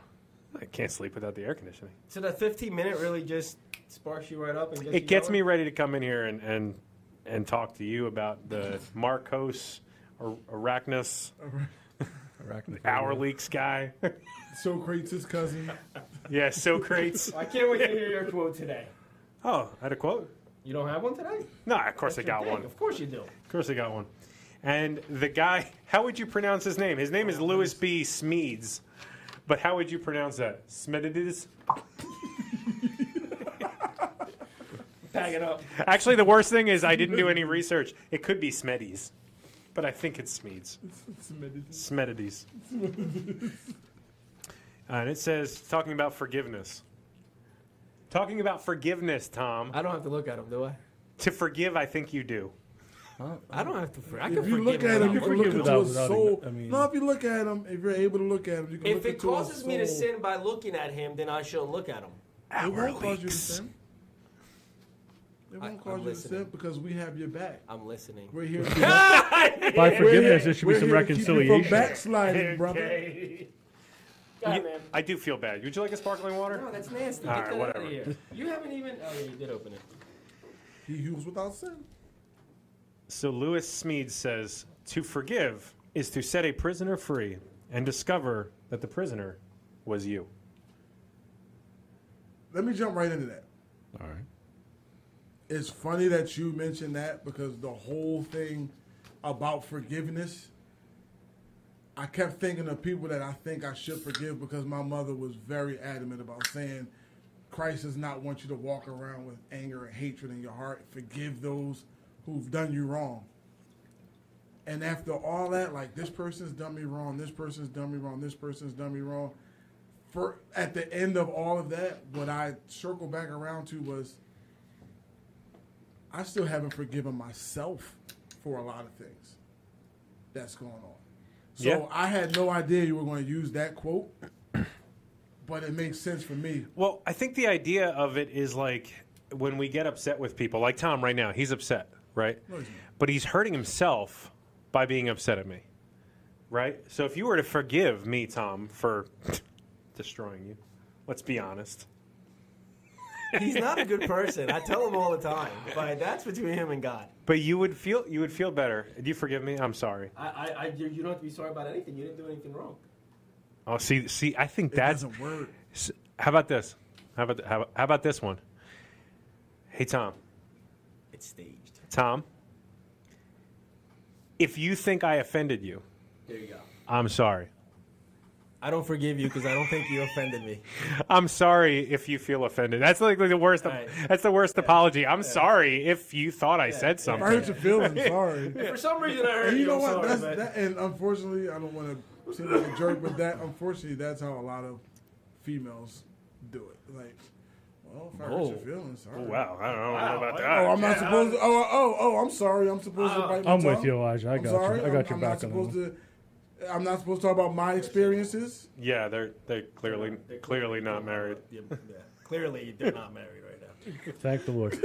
[SPEAKER 3] I can't sleep without the air conditioning.
[SPEAKER 2] So that 15 minute really just sparks you right up and gets
[SPEAKER 3] It gets me ready to come in here and and, and talk to you about the Marcos Ar- Arachnus hour leaks guy.
[SPEAKER 1] So crates his cousin.
[SPEAKER 3] yeah, Socrates.
[SPEAKER 2] I can't wait to hear your quote today.
[SPEAKER 3] Oh, I had a quote.
[SPEAKER 2] You don't have one today?
[SPEAKER 3] No, of course I
[SPEAKER 2] Sure
[SPEAKER 3] got
[SPEAKER 2] thing.
[SPEAKER 3] one.
[SPEAKER 2] Of course you do.
[SPEAKER 3] Of course I got one. And the guy, how would you pronounce his name? His name is Louis B. Smeeds. But how would you pronounce that? Smedides?
[SPEAKER 2] Pack it up.
[SPEAKER 3] Actually, the worst thing is I didn't do any research. It could be Smedies, but I think it's Smeeds. Smedides. Uh, and it says, talking about forgiveness. Talking about forgiveness, Tom.
[SPEAKER 6] I don't have to look at him, do I?
[SPEAKER 3] To forgive, I think you do.
[SPEAKER 6] I don't have to. For- I can
[SPEAKER 1] If you
[SPEAKER 6] forgive
[SPEAKER 1] look at him, you can
[SPEAKER 6] him.
[SPEAKER 1] look
[SPEAKER 5] forgive
[SPEAKER 1] into
[SPEAKER 5] without-
[SPEAKER 1] his
[SPEAKER 5] without
[SPEAKER 1] soul.
[SPEAKER 5] igno- I mean-
[SPEAKER 1] no, if you look at him, if you're able to look at him, you can
[SPEAKER 2] If
[SPEAKER 1] look
[SPEAKER 2] it
[SPEAKER 1] into his
[SPEAKER 2] causes me to
[SPEAKER 1] soul.
[SPEAKER 2] sin by looking at him, then I shouldn't look at him.
[SPEAKER 1] it
[SPEAKER 3] Our
[SPEAKER 1] won't cause you to
[SPEAKER 3] leaks.
[SPEAKER 1] sin. It won't
[SPEAKER 6] I-
[SPEAKER 1] cause
[SPEAKER 6] I'm
[SPEAKER 1] you
[SPEAKER 6] listening.
[SPEAKER 1] to simp because we have your back.
[SPEAKER 6] I'm listening.
[SPEAKER 1] We're here. To,
[SPEAKER 5] By forgiveness,
[SPEAKER 1] we're
[SPEAKER 5] there should be
[SPEAKER 1] here to
[SPEAKER 5] some
[SPEAKER 1] keep you from
[SPEAKER 5] reconciliation.
[SPEAKER 1] backsliding, brother.
[SPEAKER 3] You- I do feel bad. Would you like a sparkling water?
[SPEAKER 6] No, that's nasty.
[SPEAKER 3] All
[SPEAKER 6] Get
[SPEAKER 3] right,
[SPEAKER 6] that out
[SPEAKER 3] whatever.
[SPEAKER 6] of here. You haven't even. Oh, yeah, you did open it.
[SPEAKER 1] He heals without sin.
[SPEAKER 3] So Lewis Smead says to forgive is to set a prisoner free and discover that the prisoner was you.
[SPEAKER 1] Let me jump right into that.
[SPEAKER 9] All right.
[SPEAKER 1] It's funny that you mentioned that because the whole thing about forgiveness, I kept thinking of people that I think I should forgive because my mother was very adamant about saying, Christ does not want you to walk around with anger and hatred in your heart. Forgive those who've done you wrong. And after all that, like this person's done me wrong, this person's done me wrong, this person's done me wrong. For at the end of all of that, what I circled back around to was I still haven't forgiven myself for a lot of things that's going on. So
[SPEAKER 3] Yeah.
[SPEAKER 1] I had no idea you were going to use that quote, but it makes sense for me.
[SPEAKER 3] Well, I think the idea of it is like when we get upset with people, like Tom right now, he's upset, right?
[SPEAKER 1] No, he's not.
[SPEAKER 3] But he's hurting himself by being upset at me, right? So if you were to forgive me, Tom, for [laughs] destroying you, let's be honest.
[SPEAKER 6] [laughs] He's not a good person. I tell him all the time. But that's between him and God.
[SPEAKER 3] But you would feel you would feel better. Do you forgive me? I'm sorry.
[SPEAKER 6] I, I, I you, you don't have to be sorry about anything. You didn't do anything wrong.
[SPEAKER 3] Oh, see, see, I think
[SPEAKER 1] It
[SPEAKER 3] that's
[SPEAKER 1] doesn't work.
[SPEAKER 3] S- How about this? How about th- how, how about this one? Hey Tom,
[SPEAKER 6] It's staged.
[SPEAKER 3] Tom. If you think I offended you,
[SPEAKER 6] There you go.
[SPEAKER 3] I'm sorry.
[SPEAKER 6] I don't forgive you because I don't think you offended me.
[SPEAKER 3] I'm sorry if you feel offended. That's like the worst.
[SPEAKER 6] Right.
[SPEAKER 3] That's the worst apology. I'm sorry if you thought I said
[SPEAKER 1] If I hurt
[SPEAKER 3] something.
[SPEAKER 1] your feelings, sorry.
[SPEAKER 6] [laughs] For some reason, I heard
[SPEAKER 1] And
[SPEAKER 6] you.
[SPEAKER 1] you know
[SPEAKER 6] I'm
[SPEAKER 1] what?
[SPEAKER 6] sorry,
[SPEAKER 1] That's,
[SPEAKER 6] but-
[SPEAKER 1] that, and unfortunately, I don't want to seem like a jerk, but that unfortunately, that's how a lot of females do it. Like, well, if I hurt your feelings, sorry.
[SPEAKER 3] Oh, wow, I don't know about that.
[SPEAKER 1] Oh, I'm not supposed to. Oh, oh, oh, I'm sorry. I'm supposed to. Bite my
[SPEAKER 5] I'm with
[SPEAKER 1] tongue.
[SPEAKER 5] you, Elijah. I
[SPEAKER 1] I'm
[SPEAKER 5] got
[SPEAKER 1] sorry.
[SPEAKER 5] you. I got
[SPEAKER 1] I'm,
[SPEAKER 5] your
[SPEAKER 1] I'm
[SPEAKER 5] back
[SPEAKER 1] not
[SPEAKER 5] on
[SPEAKER 1] supposed
[SPEAKER 5] that
[SPEAKER 1] to. I'm not supposed to talk about my experiences.
[SPEAKER 3] yeah, they're they're clearly clearly not married.
[SPEAKER 6] [laughs] Yeah, yeah. Clearly, they're not married right now.
[SPEAKER 5] one. Thank the
[SPEAKER 1] [laughs]
[SPEAKER 5] Lord.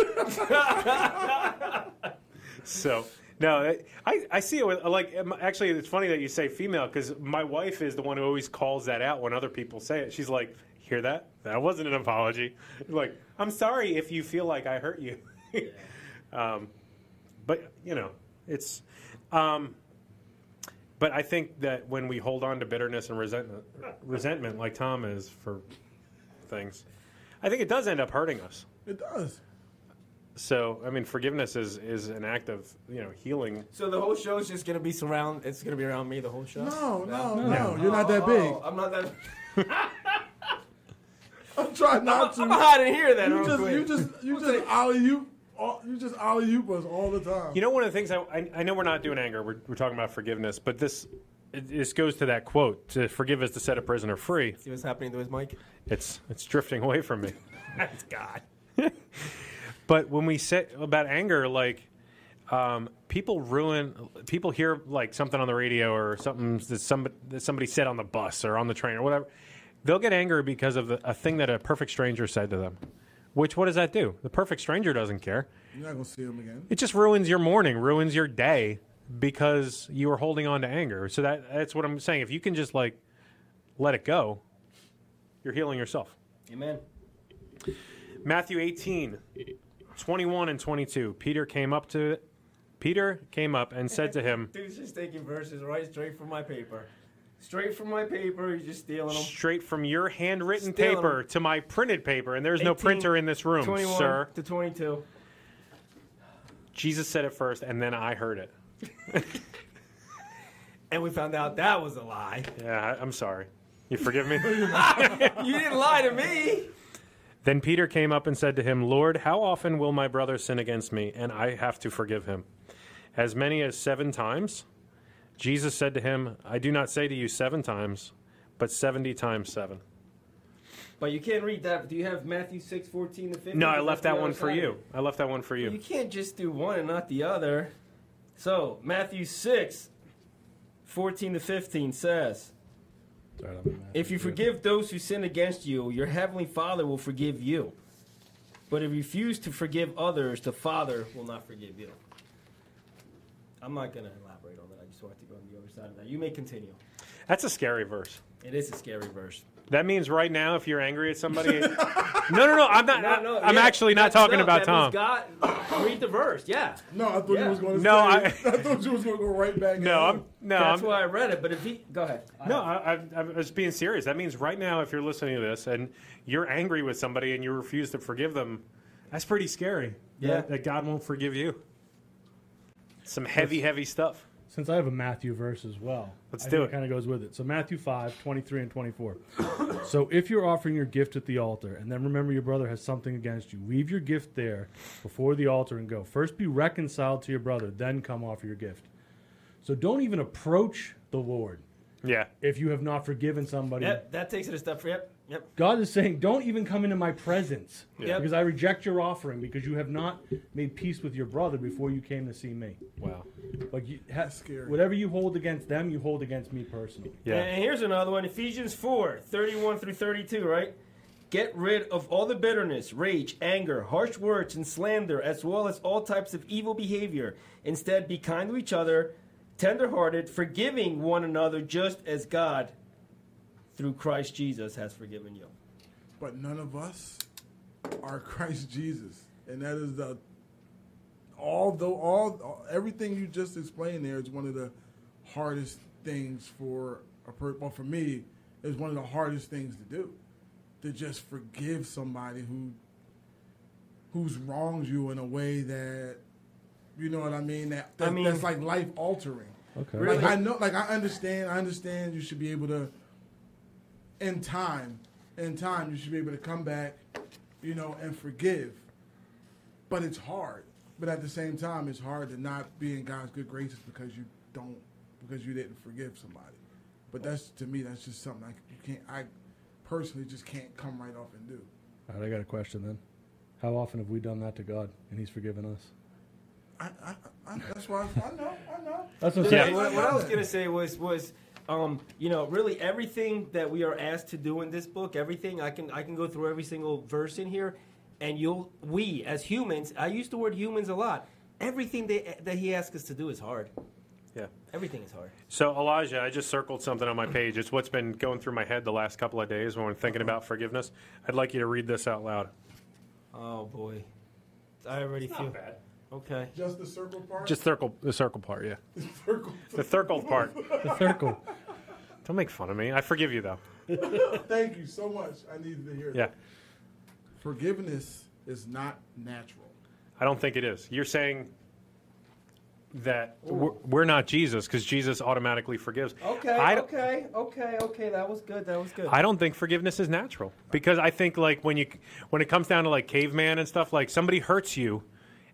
[SPEAKER 3] So no, I I see it with like um, actually it's funny that you say female because my wife is the one who always calls that out when other people say it. She's like, "Hear that? That wasn't an apology." [laughs] Like, I'm sorry if you feel like I hurt you. [laughs] um, but you know, it's. Um, but I think that when we hold on to bitterness and resentment, resentment like Tom is for things, I think it does end up hurting us.
[SPEAKER 1] It does.
[SPEAKER 3] So I mean, forgiveness is is an act of you know healing
[SPEAKER 6] So the whole show is just gonna be surround. It's gonna be around me the whole show.
[SPEAKER 1] No, no, no. You're not that big.
[SPEAKER 6] Oh, I'm not that.
[SPEAKER 1] I'm trying not to.
[SPEAKER 6] [laughs] I'm hiding here then.
[SPEAKER 1] You
[SPEAKER 6] real
[SPEAKER 1] just,
[SPEAKER 6] quick.
[SPEAKER 1] you just, you just alley you, you just alley you us all the time.
[SPEAKER 3] You know, one of the things I, I, I know we're not doing anger, we're, we're talking about forgiveness, but this it, this goes to that quote to forgive is to set a prisoner free.
[SPEAKER 6] See what's happening to his mic?
[SPEAKER 3] It's it's drifting away from me. [laughs] That's God. [laughs] but when we say about anger, like um, people ruin people hear like something on the radio or something that somebody, that somebody said on the bus or on the train or whatever. They'll get angry because of the, a thing that a perfect stranger said to them. Which what does that do? The perfect stranger doesn't care
[SPEAKER 1] You're not gonna see him again.
[SPEAKER 3] it just ruins your morning, ruins your day because you are holding on to anger. So that that's what I'm saying. If you can just like let it go, you're healing yourself.
[SPEAKER 6] Amen.
[SPEAKER 3] Matthew 18, 21 and 22. Peter came up to Peter came up and said to him,
[SPEAKER 6] Dude's just taking verses right straight from my paper. Straight from my paper. He's just stealing them.
[SPEAKER 3] "Straight from your handwritten
[SPEAKER 6] Stealing 'em.
[SPEAKER 3] paper to my printed paper, and there's no
[SPEAKER 6] 18,
[SPEAKER 3] printer in this room,
[SPEAKER 6] 21
[SPEAKER 3] sir."
[SPEAKER 6] to 22.
[SPEAKER 3] Jesus said it first, and then I heard it.
[SPEAKER 6] And we found out that was a lie.
[SPEAKER 3] Yeah, I, I'm sorry. You forgive me?
[SPEAKER 6] you didn't lie to me.
[SPEAKER 3] Then Peter came up and said to him, Lord, how often will my brother sin against me, and I have to forgive him? As many as seven times? Jesus said to him, I do not say to you seven times, but 70 times seven.
[SPEAKER 6] But you can't read that. Do you have Matthew 6, 14 to 15?
[SPEAKER 3] No, I left that one for
[SPEAKER 6] Outside.
[SPEAKER 3] you. I left that one for
[SPEAKER 6] You
[SPEAKER 3] you.
[SPEAKER 6] can't just do one and not the other. So, Matthew 6, 14 to 15 says,
[SPEAKER 5] Sorry, I'm mad.
[SPEAKER 6] If you forgive those who sin against you, your heavenly Father will forgive you. But if you refuse to forgive others, the Father will not forgive you. I'm not going to elaborate on that. I just want to go on the other side of that. You may continue.
[SPEAKER 3] That's a scary verse.
[SPEAKER 6] It is a scary verse.
[SPEAKER 3] That means right now, if you're angry
[SPEAKER 6] [laughs]
[SPEAKER 3] at somebody, no, no, no, I'm not.
[SPEAKER 6] No, no,
[SPEAKER 3] I'm
[SPEAKER 6] yeah,
[SPEAKER 3] actually not
[SPEAKER 6] that's
[SPEAKER 3] talking
[SPEAKER 6] enough.
[SPEAKER 3] about
[SPEAKER 6] That means
[SPEAKER 3] Tom.
[SPEAKER 6] God, read the verse. Yeah,
[SPEAKER 1] No, I thought
[SPEAKER 6] Yeah.
[SPEAKER 1] you was going to
[SPEAKER 3] No,
[SPEAKER 1] say. [laughs] I thought you was going to go right back.
[SPEAKER 3] No,
[SPEAKER 1] at
[SPEAKER 3] I'm
[SPEAKER 1] him.
[SPEAKER 3] no,
[SPEAKER 6] that's
[SPEAKER 3] I'm,
[SPEAKER 6] why I read it. But if he, go ahead.
[SPEAKER 3] no. I, I, I was being serious. That means right now, if you're listening to this and you're angry with somebody and you refuse to forgive them, that's pretty scary.
[SPEAKER 6] Yeah.
[SPEAKER 3] that, that God won't forgive you. Some heavy, heavy stuff.
[SPEAKER 5] Since I have a Matthew verse as well,
[SPEAKER 3] Let's
[SPEAKER 5] I
[SPEAKER 3] do
[SPEAKER 5] think
[SPEAKER 3] it.
[SPEAKER 5] Kind of goes with it. So Matthew 5, 23 and 24. [coughs] so if you're offering your gift at the altar, and then remember your brother has something against you, leave your gift there before the altar and go. First be reconciled to your brother, then come offer your gift. So don't even approach the Lord
[SPEAKER 3] Yeah,
[SPEAKER 5] if you have not forgiven somebody.
[SPEAKER 6] Yep, that takes it a step. Yep, yep.
[SPEAKER 5] God is saying, don't even come into my presence
[SPEAKER 6] Yeah.
[SPEAKER 5] because I reject your offering because you have not made peace with your brother before you came to see me.
[SPEAKER 3] wow.
[SPEAKER 5] Like you, ha-
[SPEAKER 1] scary.
[SPEAKER 5] whatever you hold against them, you hold against me personally.
[SPEAKER 3] Yeah,
[SPEAKER 6] And here's another one Ephesians 4 31 through 32, right? Get rid of all the bitterness, rage, anger, harsh words, and slander, as well as all types of evil behavior. Instead, be kind to each other, tenderhearted, forgiving one another, just as God, through Christ Jesus, has forgiven you.
[SPEAKER 1] But none of us are [laughs] Christ Jesus, and that is the although all, all everything you just explained there is one of the hardest things for a per well for me is one of the hardest things to do to just forgive somebody who who's wronged you in a way that you know what I mean that, that
[SPEAKER 6] mean-
[SPEAKER 1] that's like life altering.
[SPEAKER 5] Okay.
[SPEAKER 1] Like I know, like I understand. I understand. You should be able to, in time, in time, you should be able to come back, you know, and forgive. But it's hard. But at the same time, it's hard to not be in God's good graces because you don't, because you didn't forgive somebody. But that's to me, that's just something I you can't. I personally just can't come right off and do.
[SPEAKER 5] All right, I got a question then. How often have we done that to God and He's forgiven us?
[SPEAKER 1] I, I, I that's why I, I know, I know.
[SPEAKER 5] That's what I'm
[SPEAKER 6] Yeah,
[SPEAKER 5] saying.
[SPEAKER 6] what, what I was gonna say was was um, you know really everything that we are asked to do in this book, everything I can I can go through every single verse in here, and you'll we as humans I use the word humans a lot. Everything that that he asks us to do is hard.
[SPEAKER 3] yeah.
[SPEAKER 6] Everything is hard.
[SPEAKER 3] So Elijah, I just circled something on my page. It's what's been going through my head the last couple of days when we're thinking about forgiveness. I'd like you to read this out loud.
[SPEAKER 6] Oh boy, I already feel bad. Okay.
[SPEAKER 1] Just the circle part.
[SPEAKER 3] Just circle the circle part, yeah.
[SPEAKER 1] circle.
[SPEAKER 3] The circle part.
[SPEAKER 5] The circle.
[SPEAKER 3] Don't make fun of me. I forgive you though.
[SPEAKER 1] Thank you so much. I needed to hear. that.
[SPEAKER 3] Yeah.
[SPEAKER 1] Forgiveness is not natural.
[SPEAKER 3] I don't think it is. You're saying that we're, we're not Jesus because Jesus automatically forgives. I don't-
[SPEAKER 6] okay. Okay. Okay. That was good. That was good.
[SPEAKER 3] I don't think forgiveness is natural because I think like when you when it comes down to like caveman and stuff like somebody hurts you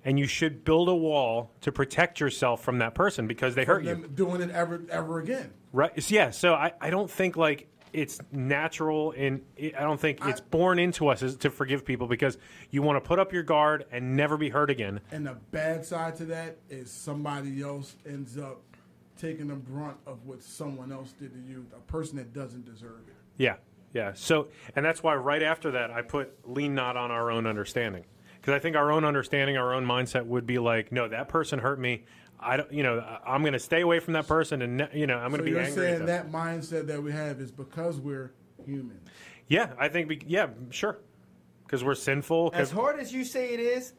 [SPEAKER 3] and you should build a wall to protect yourself from that person because they hurt you.
[SPEAKER 1] Them doing it ever, ever again.
[SPEAKER 3] Right. s- Yeah. So I, I don't think like it's natural and it, I don't think it's born into us is to forgive people because you want to put up your guard and never be hurt again.
[SPEAKER 1] And the bad side to that is somebody else ends up taking the brunt of what someone else did to you, a person that doesn't deserve it.
[SPEAKER 3] Yeah. Yeah. So and that's why right after that I put lean not on our own understanding because I think our own understanding, our own mindset would be like, no, that person hurt me. I don't, you know, I- I'm going to stay away from that person and ne- you know, I'm
[SPEAKER 1] So
[SPEAKER 3] going to be
[SPEAKER 1] you're
[SPEAKER 3] angry. at
[SPEAKER 1] saying that
[SPEAKER 3] them.
[SPEAKER 1] mindset that we have is because we're human.
[SPEAKER 3] Yeah. I think. Be- yeah. Sure. Because we're sinful. 'cause-
[SPEAKER 6] as hard as you say it is,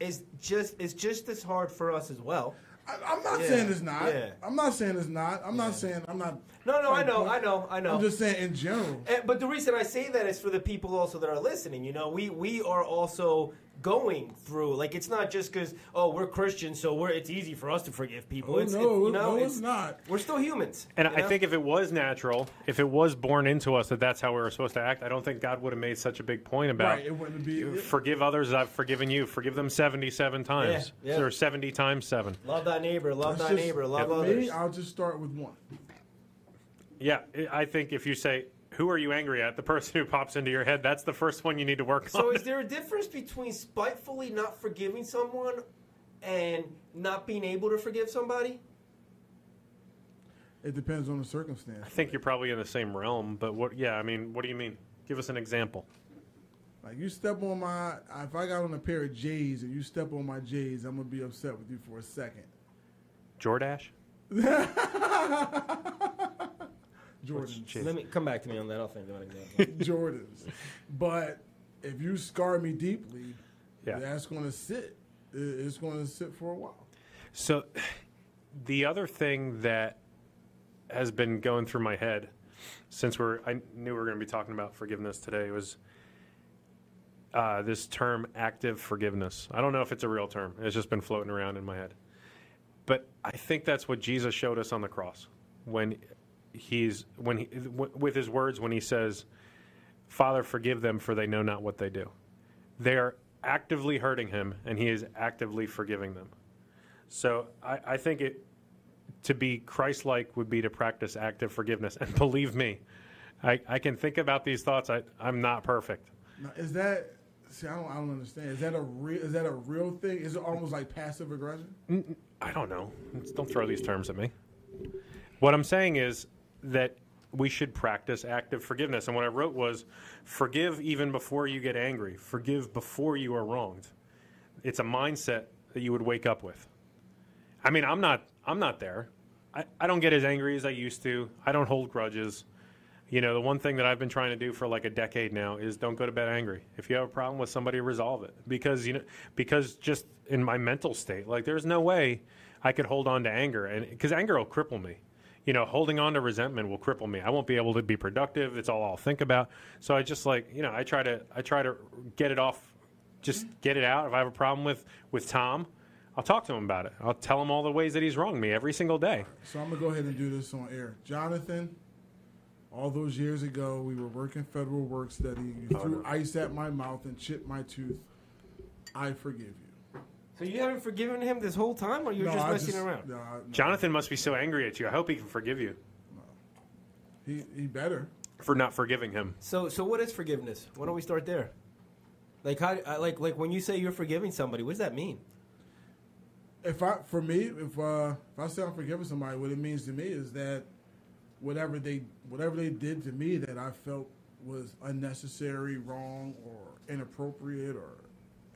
[SPEAKER 6] is just it's just as hard for us as well.
[SPEAKER 1] I, I'm not
[SPEAKER 6] Yeah,
[SPEAKER 1] saying it's not.
[SPEAKER 6] yeah.
[SPEAKER 1] I'm not saying it's not. I'm not saying I'm not.
[SPEAKER 6] No, no, I know, I know, I know.
[SPEAKER 1] I'm just saying in general.
[SPEAKER 6] And, Eh, but the reason I say that is for the people also that are listening. You know, we we are also going through like it's not just because oh we're Christians, so we're it's easy for us to forgive people.
[SPEAKER 1] Oh,
[SPEAKER 6] it's,
[SPEAKER 1] no,
[SPEAKER 6] it- you
[SPEAKER 1] it-
[SPEAKER 6] know,
[SPEAKER 1] no, it's not.
[SPEAKER 6] We're still humans.
[SPEAKER 3] And
[SPEAKER 6] you
[SPEAKER 3] I
[SPEAKER 6] know?
[SPEAKER 3] think if it was natural, if it was born into us that that's how we were supposed to act, I don't think God would have made such a big point about
[SPEAKER 1] Right, it wouldn't be.
[SPEAKER 3] forgive others as I've forgiven you. Forgive them 77 times
[SPEAKER 6] Yeah, yeah.
[SPEAKER 3] or 70 times 7.
[SPEAKER 6] love thy neighbor, love
[SPEAKER 1] That's
[SPEAKER 6] thy
[SPEAKER 1] just-
[SPEAKER 6] neighbor, love
[SPEAKER 1] for
[SPEAKER 6] others.
[SPEAKER 1] Me, I'll just start with one.
[SPEAKER 3] Yeah, I- I think if you say who are you angry at? The person who pops into your head, that's the first one you need to work
[SPEAKER 6] so
[SPEAKER 3] on.
[SPEAKER 6] is
[SPEAKER 3] [laughs]
[SPEAKER 6] there a difference between spitefully not forgiving someone and not being able to forgive somebody?
[SPEAKER 1] It depends on the circumstance.
[SPEAKER 3] I think you're probably in the same realm, but what yeah, I mean, what do you mean? Give us an example.
[SPEAKER 1] Like you step on my, if I got on a pair of J's and you step on my J's, I'm gonna be upset with you for a second.
[SPEAKER 3] Jordash?
[SPEAKER 1] Jordans,
[SPEAKER 6] Let me come back to me on that. I'll think about
[SPEAKER 1] [laughs]
[SPEAKER 6] it.
[SPEAKER 1] Jordans. But if you scar me deeply,
[SPEAKER 3] Yeah.
[SPEAKER 1] that's gonna sit. It- It's gonna sit for a while.
[SPEAKER 3] So, the other thing that has been going through my head since we're I knew we were going to be talking about forgiveness today was uh, this term active forgiveness. I don't know if it's a real term. It's just been floating around in my head. But I think that's what Jesus showed us on the cross when he's when he w- with his words when he says, "Father, forgive them for they know not what they do." They are actively hurting him and he is actively forgiving them. So I, I think it to be Christ-like would be to practice active forgiveness. And [laughs] believe me, I, I can think about these thoughts. I, I'm not perfect.
[SPEAKER 1] Now, is that? See, I don't, I don't understand. Is that a real? Is that a real thing? Is it almost like passive aggression?
[SPEAKER 3] I don't know. Don't throw these terms at me. What I'm saying is that we should practice active forgiveness. And what I wrote was forgive even before you get angry, forgive before you are wronged. It's a mindset that you would wake up with. I mean, I'm not I'm not there. I, I don't get as angry as I used to. I don't hold grudges. You know, the one thing that I've been trying to do for like a decade now is don't go to bed angry. If you have a problem with somebody, resolve it. Because you know, because just in my mental state, like there's no way I could hold on to anger, and because anger will cripple me. You know, holding on to resentment will cripple me. I won't be able to be productive. It's all I'll think about. So I just like you know, I try to I try to get it off, just get it out. If I have a problem with with Tom, I'll talk to him about it. I'll tell him all the ways that he's wronged me every single day.
[SPEAKER 1] So I'm gonna go ahead and do this on air. Jonathan, all those years ago, we were working federal work study. You threw ice at my mouth and chipped my tooth. I forgive you.
[SPEAKER 6] so you haven't forgiven him this whole time, or you're
[SPEAKER 1] No,
[SPEAKER 6] just
[SPEAKER 1] I
[SPEAKER 6] messing around?
[SPEAKER 1] no, I- no.
[SPEAKER 3] Jonathan must be so angry at you. I hope he can forgive you
[SPEAKER 1] he, he better.
[SPEAKER 3] for not forgiving him.
[SPEAKER 6] So, so what is forgiveness? Why don't we start there? Like how? I- Like like when you say you're forgiving somebody, what does that mean?
[SPEAKER 1] If I, for me, if uh, if I say I'm forgiving somebody, what it means to me is that whatever they whatever they did to me that I felt was unnecessary, wrong, or inappropriate, or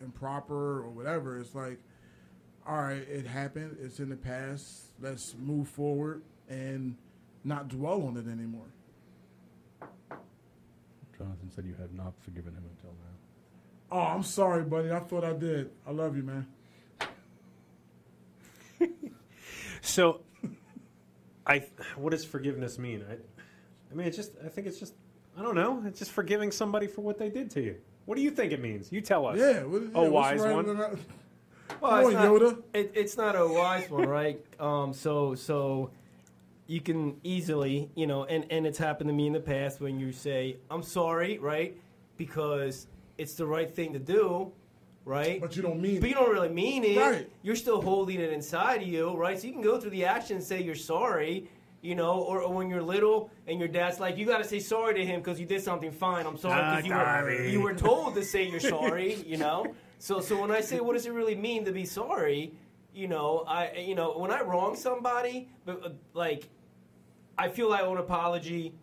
[SPEAKER 1] improper, or whatever, it's like all right, it happened. It's in the past. Let's move forward and not dwell on it anymore.
[SPEAKER 5] Jonathan said you had not forgiven him until now.
[SPEAKER 1] Oh, I'm sorry, buddy. I thought I did. I love you, man.
[SPEAKER 3] So, I what does forgiveness mean? I, I mean, it's just I think it's just I don't know. It's just forgiving somebody for what they did to you. What do you think it means? You tell us.
[SPEAKER 1] Yeah. What, yeah
[SPEAKER 3] a
[SPEAKER 1] what's
[SPEAKER 3] wise
[SPEAKER 1] right
[SPEAKER 3] one.
[SPEAKER 1] with that? Come
[SPEAKER 6] Well,
[SPEAKER 1] on,
[SPEAKER 6] it's not,
[SPEAKER 1] Yoda.
[SPEAKER 6] It, it's not a wise one, right? [laughs] Um, so so you can easily, you know, and and it's happened to me in the past when you say I'm sorry, right? Because it's the right thing to do, right?
[SPEAKER 1] But you don't mean.
[SPEAKER 6] But you don't really mean it.
[SPEAKER 1] Right.
[SPEAKER 6] You're still holding it inside of you, right? So you can go through the action and say you're sorry, you know, or, or when you're little and your dad's like, you got to say sorry to him because you did something fine. I'm sorry because you, were,
[SPEAKER 3] Sorry.
[SPEAKER 6] you were told to say you're sorry, you know. So so when I say what does it really mean to be sorry, you know, I you know when I wrong somebody, but uh, like I feel I owe an apology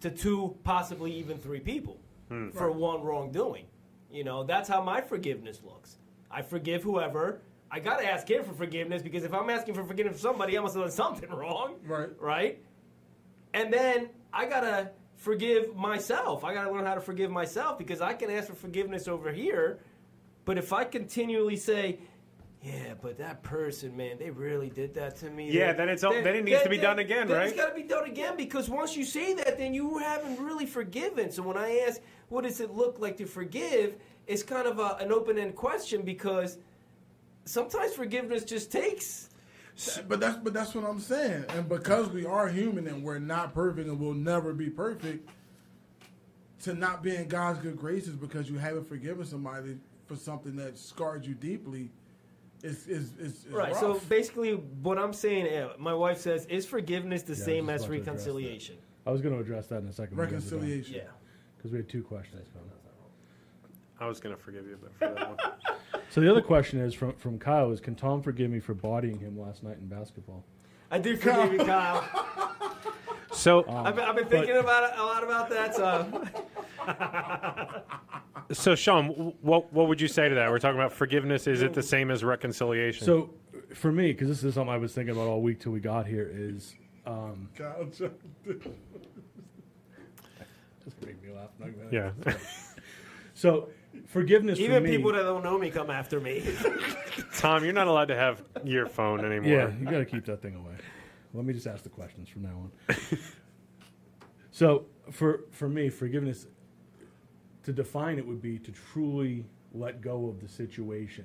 [SPEAKER 6] to two, possibly even three people for one wrongdoing. You know, that's how my forgiveness looks. I forgive whoever. I got to ask him for forgiveness because if I'm asking for forgiveness for somebody, I must have done something wrong.
[SPEAKER 1] Right.
[SPEAKER 6] Right? And then I got to forgive myself. I got to learn how to forgive myself because I can ask for forgiveness over here. But if I continually say, yeah, but that person, man, they really did that to me.
[SPEAKER 3] Yeah,
[SPEAKER 6] They-
[SPEAKER 3] then it's all- then it needs to be done again,
[SPEAKER 6] then
[SPEAKER 3] right?
[SPEAKER 6] It's got to be done again because once you say that, then you haven't really forgiven. So when I ask, what does it look like to forgive? It's kind of a, an open end question because sometimes forgiveness just takes.
[SPEAKER 1] But that's but that's what I'm saying. And because we are human and we're not perfect and we'll never be perfect, to not be in God's good graces because you haven't forgiven somebody for something that scarred you deeply is is is, is
[SPEAKER 6] Right.
[SPEAKER 1] Rough.
[SPEAKER 6] So basically, what I'm saying, eh, my wife says, is forgiveness the
[SPEAKER 5] was
[SPEAKER 6] same
[SPEAKER 5] just
[SPEAKER 6] as
[SPEAKER 5] about to address that.
[SPEAKER 6] reconciliation?
[SPEAKER 5] I was going to address that in a second.
[SPEAKER 1] reconciliation.
[SPEAKER 6] Yeah.
[SPEAKER 5] Because we had two questions.
[SPEAKER 3] I was gonna forgive you, but for that [laughs] one.
[SPEAKER 5] So the other question is from, from Kyle is, can Tom forgive me for bodying him last night in basketball?
[SPEAKER 6] I
[SPEAKER 5] [laughs]
[SPEAKER 6] do forgive you, Kyle.
[SPEAKER 3] So
[SPEAKER 6] I've been, I've been thinking about it, a lot about that. So,
[SPEAKER 3] So, Sean, w- what what would you say to that? We're talking about forgiveness. Is it the same as reconciliation?
[SPEAKER 5] So for me, because this is something I was thinking about all week till we got here, is um,
[SPEAKER 1] Kyle Jones.
[SPEAKER 5] that's making me laugh.
[SPEAKER 3] yeah, [laughs]
[SPEAKER 5] So forgiveness for
[SPEAKER 9] Even
[SPEAKER 5] me.
[SPEAKER 9] people that don't know me come after me.
[SPEAKER 3] Tom, you're not allowed to have your phone
[SPEAKER 5] yeah,
[SPEAKER 3] anymore.
[SPEAKER 5] you got to keep that thing away. Let me just ask the questions from now on. [laughs] so for for me, forgiveness to define it would be to truly let go of the situation.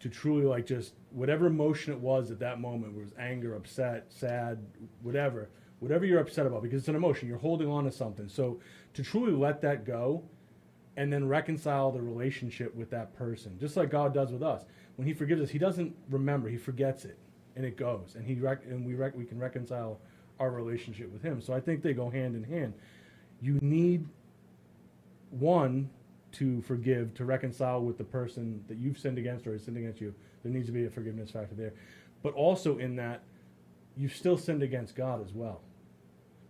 [SPEAKER 5] To truly like just whatever emotion it was at that moment was anger, upset, sad, whatever, whatever you're upset about because it's an emotion. You're holding on to something. So to truly let that go and then reconcile the relationship with that person, just like God does with us. When He forgives us, He doesn't remember; He forgets it, and it goes, and He rec- and we rec- we can reconcile our relationship with Him. So I think they go hand in hand. You need one to forgive to reconcile with the person that you've sinned against or has sinned against you. There needs to be a forgiveness factor there, but also in that you've still sinned against God as well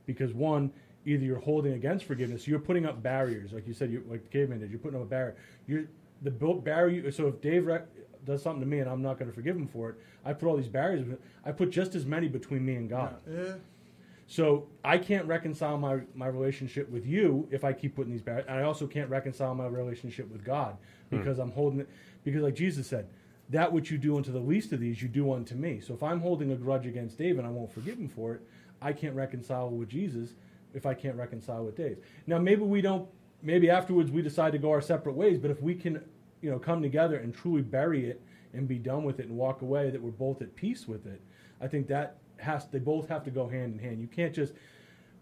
[SPEAKER 5] because one either you're holding against forgiveness you're putting up barriers like you said you like the caveman did you're putting up a barrier you're the built barrier so if dave rec- does something to me and i'm not going to forgive him for it i put all these barriers i put just as many between me and god
[SPEAKER 1] Yeah.
[SPEAKER 5] so i can't reconcile my, my relationship with you if i keep putting these barriers and i also can't reconcile my relationship with god because i'm holding it because like jesus said that which you do unto the least of these you do unto me so if i'm holding a grudge against dave and i won't forgive him for it I can't reconcile with Jesus if I can't reconcile with Dave. Now maybe we don't maybe afterwards we decide to go our separate ways, but if we can, you know, come together and truly bury it and be done with it and walk away that we're both at peace with it. I think that has they both have to go hand in hand. You can't just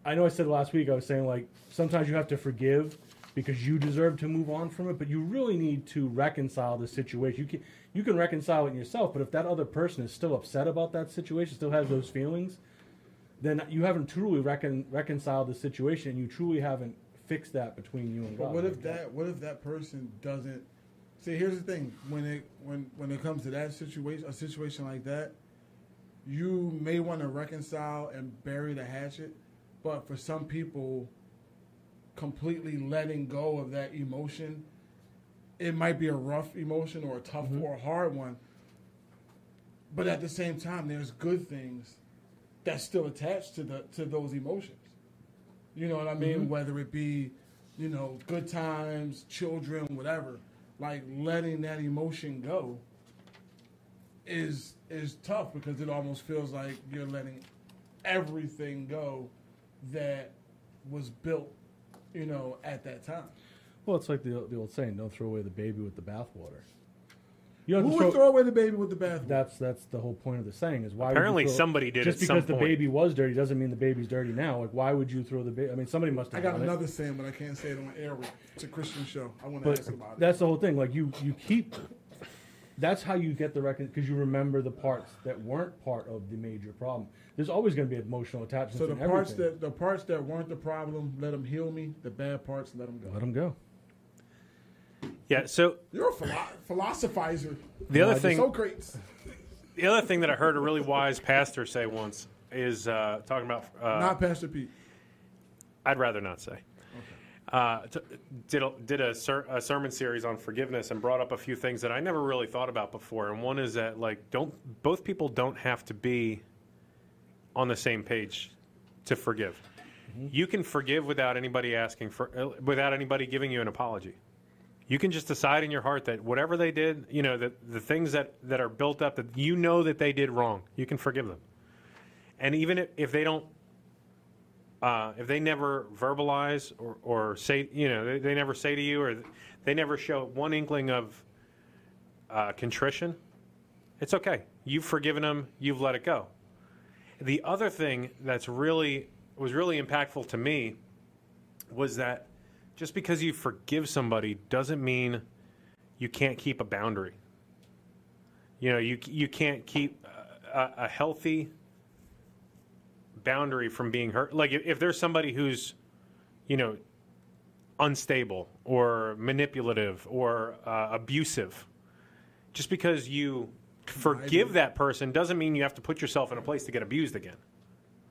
[SPEAKER 5] I know I said last week I was saying like sometimes you have to forgive because you deserve to move on from it, but you really need to reconcile the situation. You can you can reconcile it in yourself, but if that other person is still upset about that situation, still has those feelings, then you haven't truly recon- reconciled the situation. You truly haven't fixed that between you and
[SPEAKER 1] But
[SPEAKER 5] God.
[SPEAKER 1] what if that? What if that person doesn't? See, here's the thing: when it when when it comes to that situation, a situation like that, you may want to reconcile and bury the hatchet, but for some people, completely letting go of that emotion, it might be a rough emotion or a tough or a hard one. But at the same time, there's good things that's still attached to the to those emotions. You know what I
[SPEAKER 5] Mm-hmm.
[SPEAKER 1] mean? Whether it be, you know, good times, children, whatever. Like letting that emotion go is is tough because it almost feels like you're letting everything go that was built, you know, at that time.
[SPEAKER 5] Well, it's like the, the old saying: "Don't throw away the baby with the bathwater." You don't
[SPEAKER 1] Who
[SPEAKER 5] have to
[SPEAKER 1] would throw away the baby with the bathwater?
[SPEAKER 5] That's that's the whole point of the saying is why. would you
[SPEAKER 3] Apparently
[SPEAKER 5] throw-
[SPEAKER 3] somebody did
[SPEAKER 5] Just
[SPEAKER 3] at some
[SPEAKER 5] because the
[SPEAKER 3] point.
[SPEAKER 5] baby was dirty doesn't mean the baby's dirty now. Like, why would you throw the baby? I mean, somebody must
[SPEAKER 1] I
[SPEAKER 5] have.
[SPEAKER 1] got
[SPEAKER 5] done it.
[SPEAKER 1] another saying, but I can't say it on air. It's a Christian show. I want to
[SPEAKER 5] But
[SPEAKER 1] ask about it.
[SPEAKER 5] that's the whole thing. Like you, you keep. That's how you get the record because you remember the parts that weren't part of the major problem. There's always going to be emotional attachments.
[SPEAKER 1] So the
[SPEAKER 5] in
[SPEAKER 1] parts
[SPEAKER 5] everything.
[SPEAKER 1] that the parts that weren't the problem, let them heal me. The bad parts, let them go.
[SPEAKER 5] let them go.
[SPEAKER 3] yeah. So
[SPEAKER 1] You're a philo- philosophizer.
[SPEAKER 3] the other thing,
[SPEAKER 1] Socrates.
[SPEAKER 3] the other thing that I heard a really wise pastor say once is uh, talking about uh,
[SPEAKER 1] Not Pastor
[SPEAKER 3] [laughs]
[SPEAKER 1] Pete.
[SPEAKER 3] I'd rather not say. Uh, t- did a, did a, ser- a sermon series on forgiveness and brought up a few things that I never really thought about before. And one is that like don't both people don't have to be on the same page to forgive. You can forgive without anybody asking for uh, without anybody giving you an apology. You can just decide in your heart that whatever they did, you know, that the things that, that are built up that you know that they did wrong, you can forgive them. And even if, if they don't uh, if they never verbalize or, or say, you know, they, they never say to you or they never show one inkling of uh, contrition, it's okay. You've forgiven them. You've let it go. The other thing that's really was really impactful to me was that just because you forgive somebody doesn't mean you can't keep a boundary. You know, you you can't keep a, a, a healthy boundary from being hurt. Like if, if there's somebody who's, you know, unstable or manipulative or uh, abusive, just because you forgive that person doesn't mean you have to put yourself in a place to get abused again,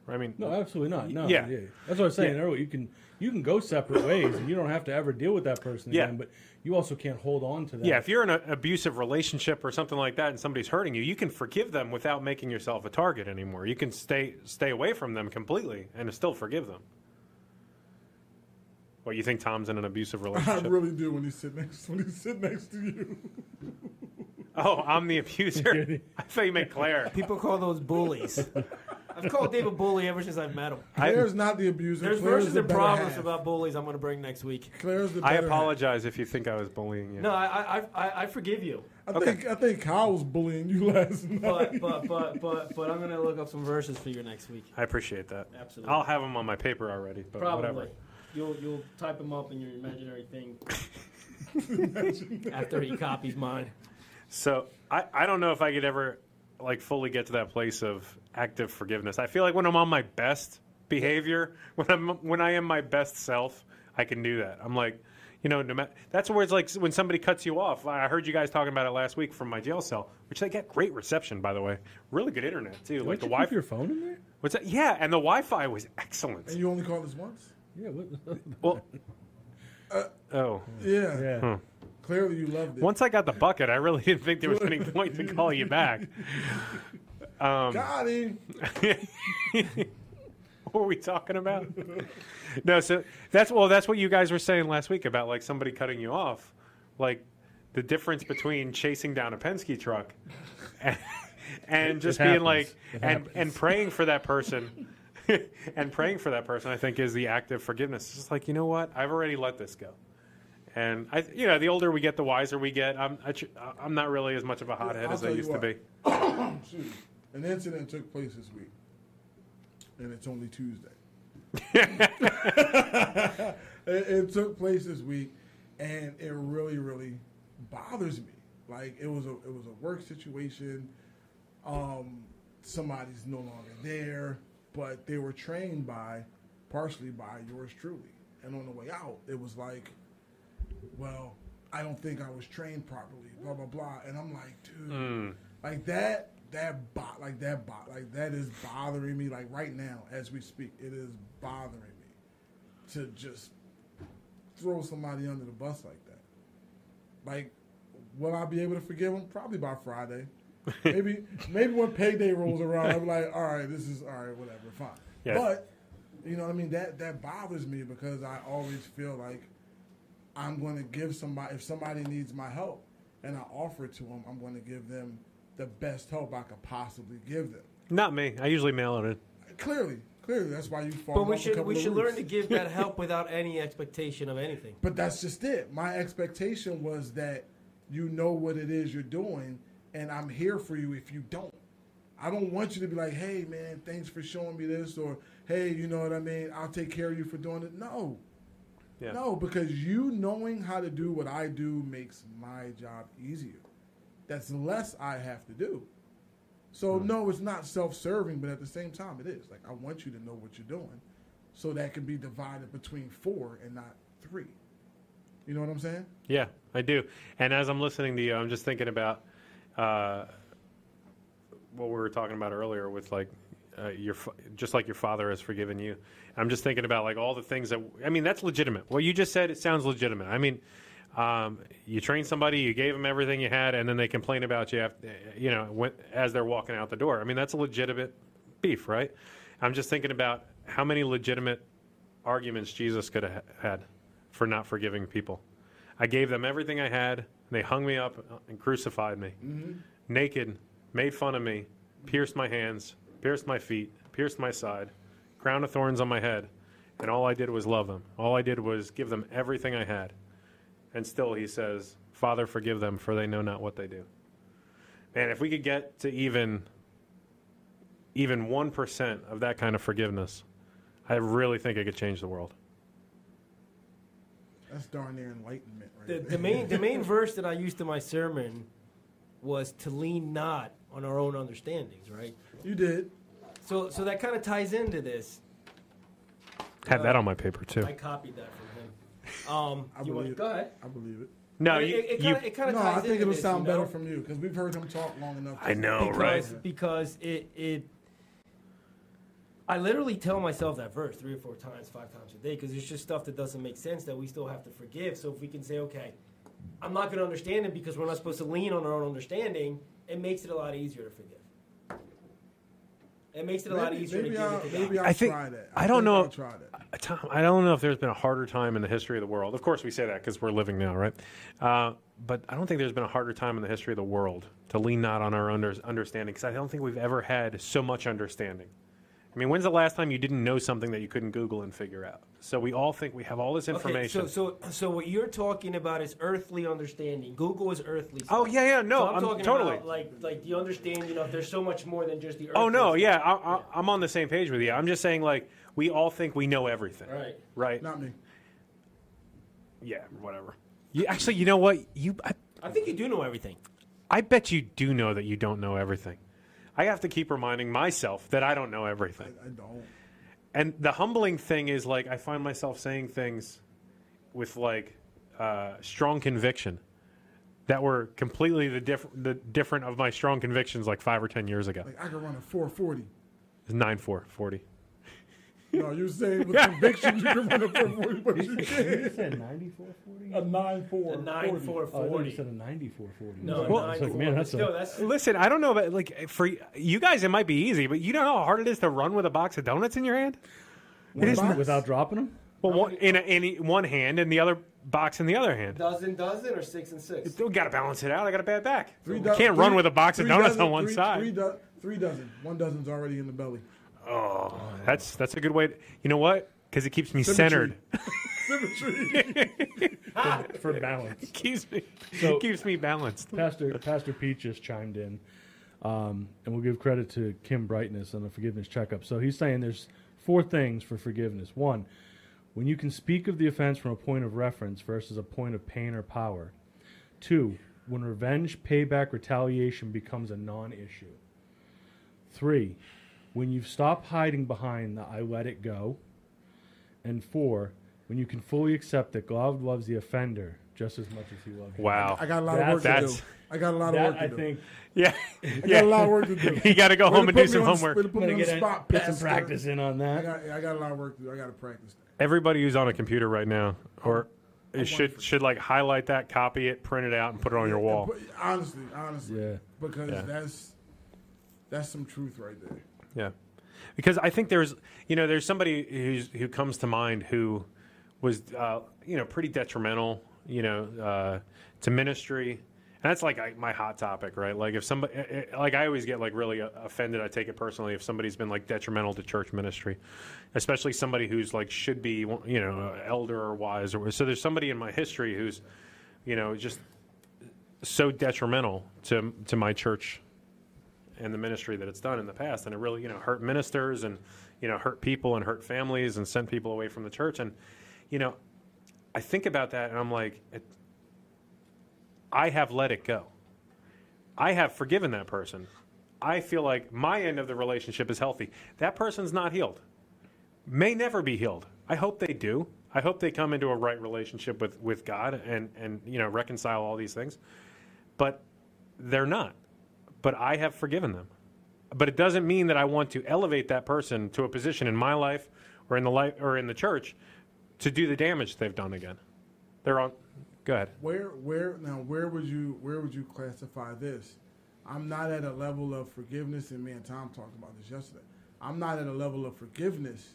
[SPEAKER 3] I mean,
[SPEAKER 5] No, absolutely not. No,
[SPEAKER 3] Yeah.
[SPEAKER 5] yeah. that's what I'm saying. earlier. You can you can go separate ways, and you don't have to ever deal with that person
[SPEAKER 3] Yeah.
[SPEAKER 5] again. But you also can't hold on to that.
[SPEAKER 3] yeah, if you're in an abusive relationship or something like that, and somebody's hurting you, you can forgive them without making yourself a target anymore. You can stay stay away from them completely and still forgive them. What you think Tom's in an abusive
[SPEAKER 1] I [laughs]
[SPEAKER 3] relationship?
[SPEAKER 1] really do when he sit next when he sit next to you.
[SPEAKER 3] oh, I'm the abuser. I thought you
[SPEAKER 6] [laughs]
[SPEAKER 3] meant Claire.
[SPEAKER 9] [laughs] People call those bullies. [laughs] I've called Dave a bully ever since I've met him.
[SPEAKER 1] Claire's not the abuser.
[SPEAKER 9] There's
[SPEAKER 1] Claire's
[SPEAKER 9] verses
[SPEAKER 1] the
[SPEAKER 9] and
[SPEAKER 1] better
[SPEAKER 9] problems
[SPEAKER 1] half.
[SPEAKER 9] about bullies I'm going to bring next week.
[SPEAKER 1] Claire's the
[SPEAKER 3] I
[SPEAKER 1] better half.
[SPEAKER 3] apologize if you think I was bullying you.
[SPEAKER 9] No, I, I, I, I forgive you.
[SPEAKER 1] I think I think Kyle was bullying you [laughs] last
[SPEAKER 9] But,
[SPEAKER 1] night.
[SPEAKER 9] but, but, but, but I'm going to look up some verses for you next week.
[SPEAKER 3] I appreciate that.
[SPEAKER 9] Absolutely.
[SPEAKER 3] I'll have them on my paper already, but
[SPEAKER 6] Probably.
[SPEAKER 3] whatever.
[SPEAKER 6] You'll you'll type them up in your imaginary thing.
[SPEAKER 9] [laughs] After he copies mine.
[SPEAKER 3] So I, I don't know if I could ever like fully get to that place of active forgiveness. I feel like when I'm on my best behavior, [laughs] when I'm when I am my best self, I can do that. I'm like, you know, no matter, that's where it's like when somebody cuts you off. I heard you guys talking about it last week from my jail cell, which they got great reception by the way, really good internet too.
[SPEAKER 5] Don't
[SPEAKER 3] like the
[SPEAKER 5] you keep
[SPEAKER 3] Wi-Fi,
[SPEAKER 5] your phone in there?
[SPEAKER 3] what's that? Yeah, and the Wi-Fi was excellent.
[SPEAKER 1] and you only called us once.
[SPEAKER 5] Yeah. What,
[SPEAKER 3] Well, oh,
[SPEAKER 1] Yeah.
[SPEAKER 5] [laughs] yeah.
[SPEAKER 1] Clearly, you loved it.
[SPEAKER 3] once I got the bucket, I really [laughs] didn't think there was any point to call you back. Um,
[SPEAKER 1] got him.
[SPEAKER 3] [laughs] what were we talking about? [laughs] no, so that's well, that's what you guys were saying last week about like somebody cutting you off, like the difference between chasing down a Penske truck [laughs] and, and just being
[SPEAKER 5] happens.
[SPEAKER 3] like
[SPEAKER 5] It
[SPEAKER 3] and,
[SPEAKER 5] happens.
[SPEAKER 3] and praying for that person. [laughs] and praying for that person, I think, is the act of forgiveness. It's just like you know what, I've already let this go, and I, you know, the older we get, the wiser we get. I'm, I, tr- I'm not really as much of a hothead
[SPEAKER 1] I'll
[SPEAKER 3] as I
[SPEAKER 1] tell you
[SPEAKER 3] used to
[SPEAKER 1] what.
[SPEAKER 3] be.
[SPEAKER 1] [coughs] Excuse me. An incident took place this week, and it's only Tuesday. [laughs] it, it took place this week, and it really, really bothers me. Like it was a it was a work situation. Um, somebody's no longer there, but they were trained by, partially by yours truly. And on the way out, it was like, well, I don't think I was trained properly. Blah blah blah. And I'm like, dude, like that that bot like that bot like that is bothering me. Like right now as we speak, it is bothering me to just throw somebody under the bus like that. Like, will I be able to forgive him? Probably by Friday. Maybe, maybe when payday rolls around, I'm like, all right, this is all right, whatever, fine.
[SPEAKER 3] Yeah.
[SPEAKER 1] But you know, what I mean that that bothers me because I always feel like I'm going to give somebody if somebody needs my help and I offer it to them, I'm going to give them the best help I could possibly give them.
[SPEAKER 3] Not me. I usually mail it in.
[SPEAKER 1] Clearly, clearly, that's why you fall.
[SPEAKER 9] But we
[SPEAKER 1] off a
[SPEAKER 9] should,
[SPEAKER 1] couple
[SPEAKER 9] we
[SPEAKER 1] of
[SPEAKER 9] should
[SPEAKER 1] roofs.
[SPEAKER 9] learn to give that help without any expectation of anything.
[SPEAKER 1] But that's just it. My expectation was that you know what it is you're doing, and I'm here for you if you don't. I don't want you to be like, hey, man, thanks for showing me this, or hey, you know what I mean? I'll take care of you for doing it. No.
[SPEAKER 3] Yeah.
[SPEAKER 1] No, because you knowing how to do what I do makes my job easier. That's less I have to do. So, no, it's not self serving, but at the same time, it is. Like, I want you to know what you're doing so that can be divided between four and not three. You know what I'm saying?
[SPEAKER 3] Yeah, I do. And as I'm listening to you, I'm just thinking about uh, what we were talking about earlier with like uh, your fa- just like your father has forgiven you. I'm just thinking about like all the things that I mean. That's legitimate. What you just said, it sounds legitimate. I mean, um, you train somebody, you gave them everything you had, and then they complain about you, after, you know, when, as they're walking out the door. I mean, that's a legitimate beef, right? I'm just thinking about how many legitimate arguments Jesus could have ha- had for not forgiving people. I gave them everything I had. They hung me up and crucified me, naked, made fun of me, pierced my hands, pierced my feet, pierced my side, crown of thorns on my head, and all I did was love them. All I did was give them everything I had. And still, he says, "Father, forgive them, for they know not what they do." Man, if we could get to even even one percent of that kind of forgiveness, I really think it could change the world.
[SPEAKER 1] That's darn near enlightenment, right?
[SPEAKER 9] The,
[SPEAKER 1] there.
[SPEAKER 9] the, main, the main verse that I used in my sermon was to lean not on our own understandings, right?
[SPEAKER 1] you did.
[SPEAKER 9] So, so that kind of ties into this.
[SPEAKER 3] Have
[SPEAKER 6] Uh,
[SPEAKER 3] that on my paper too.
[SPEAKER 9] I copied that from him. Um,
[SPEAKER 1] I
[SPEAKER 9] you want,
[SPEAKER 1] believe
[SPEAKER 9] go
[SPEAKER 1] it.
[SPEAKER 9] ahead.
[SPEAKER 1] I believe it.
[SPEAKER 3] No,
[SPEAKER 9] it,
[SPEAKER 3] you,
[SPEAKER 9] it, it
[SPEAKER 3] you-
[SPEAKER 9] kinda, it kinda
[SPEAKER 1] No,
[SPEAKER 9] ties
[SPEAKER 1] I think
[SPEAKER 9] into
[SPEAKER 1] it'll
[SPEAKER 9] this,
[SPEAKER 1] sound
[SPEAKER 9] you know?
[SPEAKER 1] better from you because we've heard him talk long enough.
[SPEAKER 3] I know,
[SPEAKER 9] because,
[SPEAKER 3] right?
[SPEAKER 9] Because it, it
[SPEAKER 6] I literally tell myself that verse three or four times, five times a day, because it's just stuff that doesn't make sense that we still have to forgive. So if we can say, okay, I'm not going to understand it because we're not supposed to lean on our own understanding, it makes it a lot easier to forgive. It makes it a lot
[SPEAKER 1] Maybe-
[SPEAKER 6] easier
[SPEAKER 1] maybe
[SPEAKER 6] to give
[SPEAKER 1] I'll-
[SPEAKER 6] it to God.
[SPEAKER 1] maybe I'll
[SPEAKER 3] I think-
[SPEAKER 1] try that.
[SPEAKER 3] I don't
[SPEAKER 1] think
[SPEAKER 3] know-
[SPEAKER 1] I'll try that.
[SPEAKER 3] Uh, Tom, I don't know if there's been a harder time in the history of the world. Of course, we say that because we're living now, right? Uh, but I don't think there's been a harder time in the history of the world to lean not on our under- understanding because I don't think we've ever had so much understanding. I mean, when's the last time you didn't know something that you couldn't Google and figure out? So we all think we have all this information.
[SPEAKER 6] Okay, so, so, so what you're talking about is earthly understanding. Google is earthly.
[SPEAKER 3] oh
[SPEAKER 6] stuff.
[SPEAKER 3] yeah, yeah, no,
[SPEAKER 6] So
[SPEAKER 3] I'm,
[SPEAKER 6] I'm, talking
[SPEAKER 3] totally.
[SPEAKER 6] about like like the understanding of there's so much more than just the.
[SPEAKER 3] oh
[SPEAKER 6] earthly
[SPEAKER 3] no,
[SPEAKER 6] stuff.
[SPEAKER 3] yeah, I, I, I'm on the same page with you. I'm just saying like we all think we know everything,
[SPEAKER 6] Right.
[SPEAKER 3] Right?
[SPEAKER 1] Not me.
[SPEAKER 3] Yeah, whatever. You actually, you know what? You. I,
[SPEAKER 6] I think you do know everything.
[SPEAKER 3] I bet you do know that you don't know everything. I have to keep reminding myself that I don't know everything.
[SPEAKER 1] I don't.
[SPEAKER 3] And the humbling thing is like I find myself saying things with like uh, strong conviction that were completely the, diff- the different of my strong convictions like five or ten years ago.
[SPEAKER 1] Like I could run a 440.
[SPEAKER 3] It's nine four forty.
[SPEAKER 1] No, you're saying with conviction you can run a 440, but you
[SPEAKER 3] [laughs]
[SPEAKER 5] You
[SPEAKER 6] [laughs]
[SPEAKER 1] can't.
[SPEAKER 5] said 9440?
[SPEAKER 1] A 9 4.
[SPEAKER 6] A nine four
[SPEAKER 5] Oh, I thought you
[SPEAKER 6] forty.
[SPEAKER 5] said a 9440.
[SPEAKER 6] No,
[SPEAKER 5] I
[SPEAKER 6] a
[SPEAKER 5] was
[SPEAKER 6] nine
[SPEAKER 5] like,
[SPEAKER 6] four.
[SPEAKER 5] man, that's a-
[SPEAKER 6] no, that's
[SPEAKER 3] Listen, I don't know about like for you guys it might be easy, but you know how hard it is to run with a box of donuts in your hand. It is
[SPEAKER 1] box?
[SPEAKER 3] not,
[SPEAKER 5] Without dropping them?
[SPEAKER 3] well, one, in, a, in one hand and the other box in the other hand.
[SPEAKER 6] dozen, dozen, or six and six.
[SPEAKER 3] Still got to balance it out. I got a bad back.
[SPEAKER 1] Three
[SPEAKER 3] You
[SPEAKER 1] do-
[SPEAKER 3] can't
[SPEAKER 1] three-
[SPEAKER 3] run with a box of
[SPEAKER 1] three
[SPEAKER 3] donuts
[SPEAKER 1] dozen-
[SPEAKER 3] on one
[SPEAKER 1] three-
[SPEAKER 3] side.
[SPEAKER 1] Three, do- three dozen. One dozen's already in the belly.
[SPEAKER 3] oh, that's that's a good way. To, you know what? Because it keeps me centered. [laughs]
[SPEAKER 1] Symmetry. [laughs]
[SPEAKER 5] For balance.
[SPEAKER 3] keeps me
[SPEAKER 5] So-
[SPEAKER 3] keeps me balanced.
[SPEAKER 5] Pastor Pastor Pete just chimed in, um, and we'll give credit to Kim Brightness on the forgiveness checkup. So he's saying there's four things for forgiveness. One, when you can speak of the offense from a point of reference versus a point of pain or power. Two, when revenge, payback, retaliation becomes a non-issue. Three, when you've stopped hiding behind the "I let it go." And four, when you can fully accept that God loves the offender just as much as He loves you.
[SPEAKER 3] Wow.
[SPEAKER 1] I got a lot of
[SPEAKER 5] That's-
[SPEAKER 1] work to do.
[SPEAKER 3] that's-
[SPEAKER 1] I got a lot of
[SPEAKER 5] That
[SPEAKER 1] work to
[SPEAKER 5] I
[SPEAKER 1] do.
[SPEAKER 5] think
[SPEAKER 3] yeah,
[SPEAKER 1] I got a
[SPEAKER 3] yeah.
[SPEAKER 1] lot of work to do.
[SPEAKER 3] [laughs] You got to go
[SPEAKER 1] Way to
[SPEAKER 3] home
[SPEAKER 1] put
[SPEAKER 3] and do
[SPEAKER 1] me
[SPEAKER 3] some
[SPEAKER 1] on the- way
[SPEAKER 3] homework.
[SPEAKER 1] to put
[SPEAKER 5] I'm
[SPEAKER 1] me
[SPEAKER 5] gonna
[SPEAKER 1] on the
[SPEAKER 5] get,
[SPEAKER 1] spot,
[SPEAKER 5] get some
[SPEAKER 1] Pastor.
[SPEAKER 5] practice in on
[SPEAKER 1] I
[SPEAKER 5] that.
[SPEAKER 1] got, I got a lot of work to do. I got to practice that.
[SPEAKER 3] Everybody who's on a computer right now, or it should should like highlight that, copy it, print it out, and put it on your wall.
[SPEAKER 1] But honestly, honestly,
[SPEAKER 5] Yeah.
[SPEAKER 1] because
[SPEAKER 3] Yeah.
[SPEAKER 1] that's that's some truth right there.
[SPEAKER 3] Yeah, because I think there's you know there's somebody who's who comes to mind who was uh, you know pretty detrimental you know uh, to ministry. And that's like I, my hot topic, right? Like if somebody, eh, eh, like I always get like really uh, offended. I take it personally if somebody's been like detrimental to church ministry, especially somebody who's like should be you know uh, elder or wise or so. There's somebody in my history who's you know just so detrimental to to my church and the ministry that it's done in the past, and it really you know hurt ministers and you know hurt people and hurt families and sent people away from the church. And you know, I think about that, and I'm like, it, I have let it go. I have forgiven that person. I feel like my end of the relationship is healthy. That person's not healed. May never be healed. I hope they do. I hope they come into a right relationship with, with God and, and you know reconcile all these things. But they're not but I have forgiven them. But it doesn't mean that I want to elevate that person to a position in my life or in the life or in the church to do the damage they've done again. They're on. Go ahead.
[SPEAKER 1] Where where now where would you where would you classify this? I'm not at a level of forgiveness, and me and Tom talked about this yesterday. I'm not at a level of forgiveness,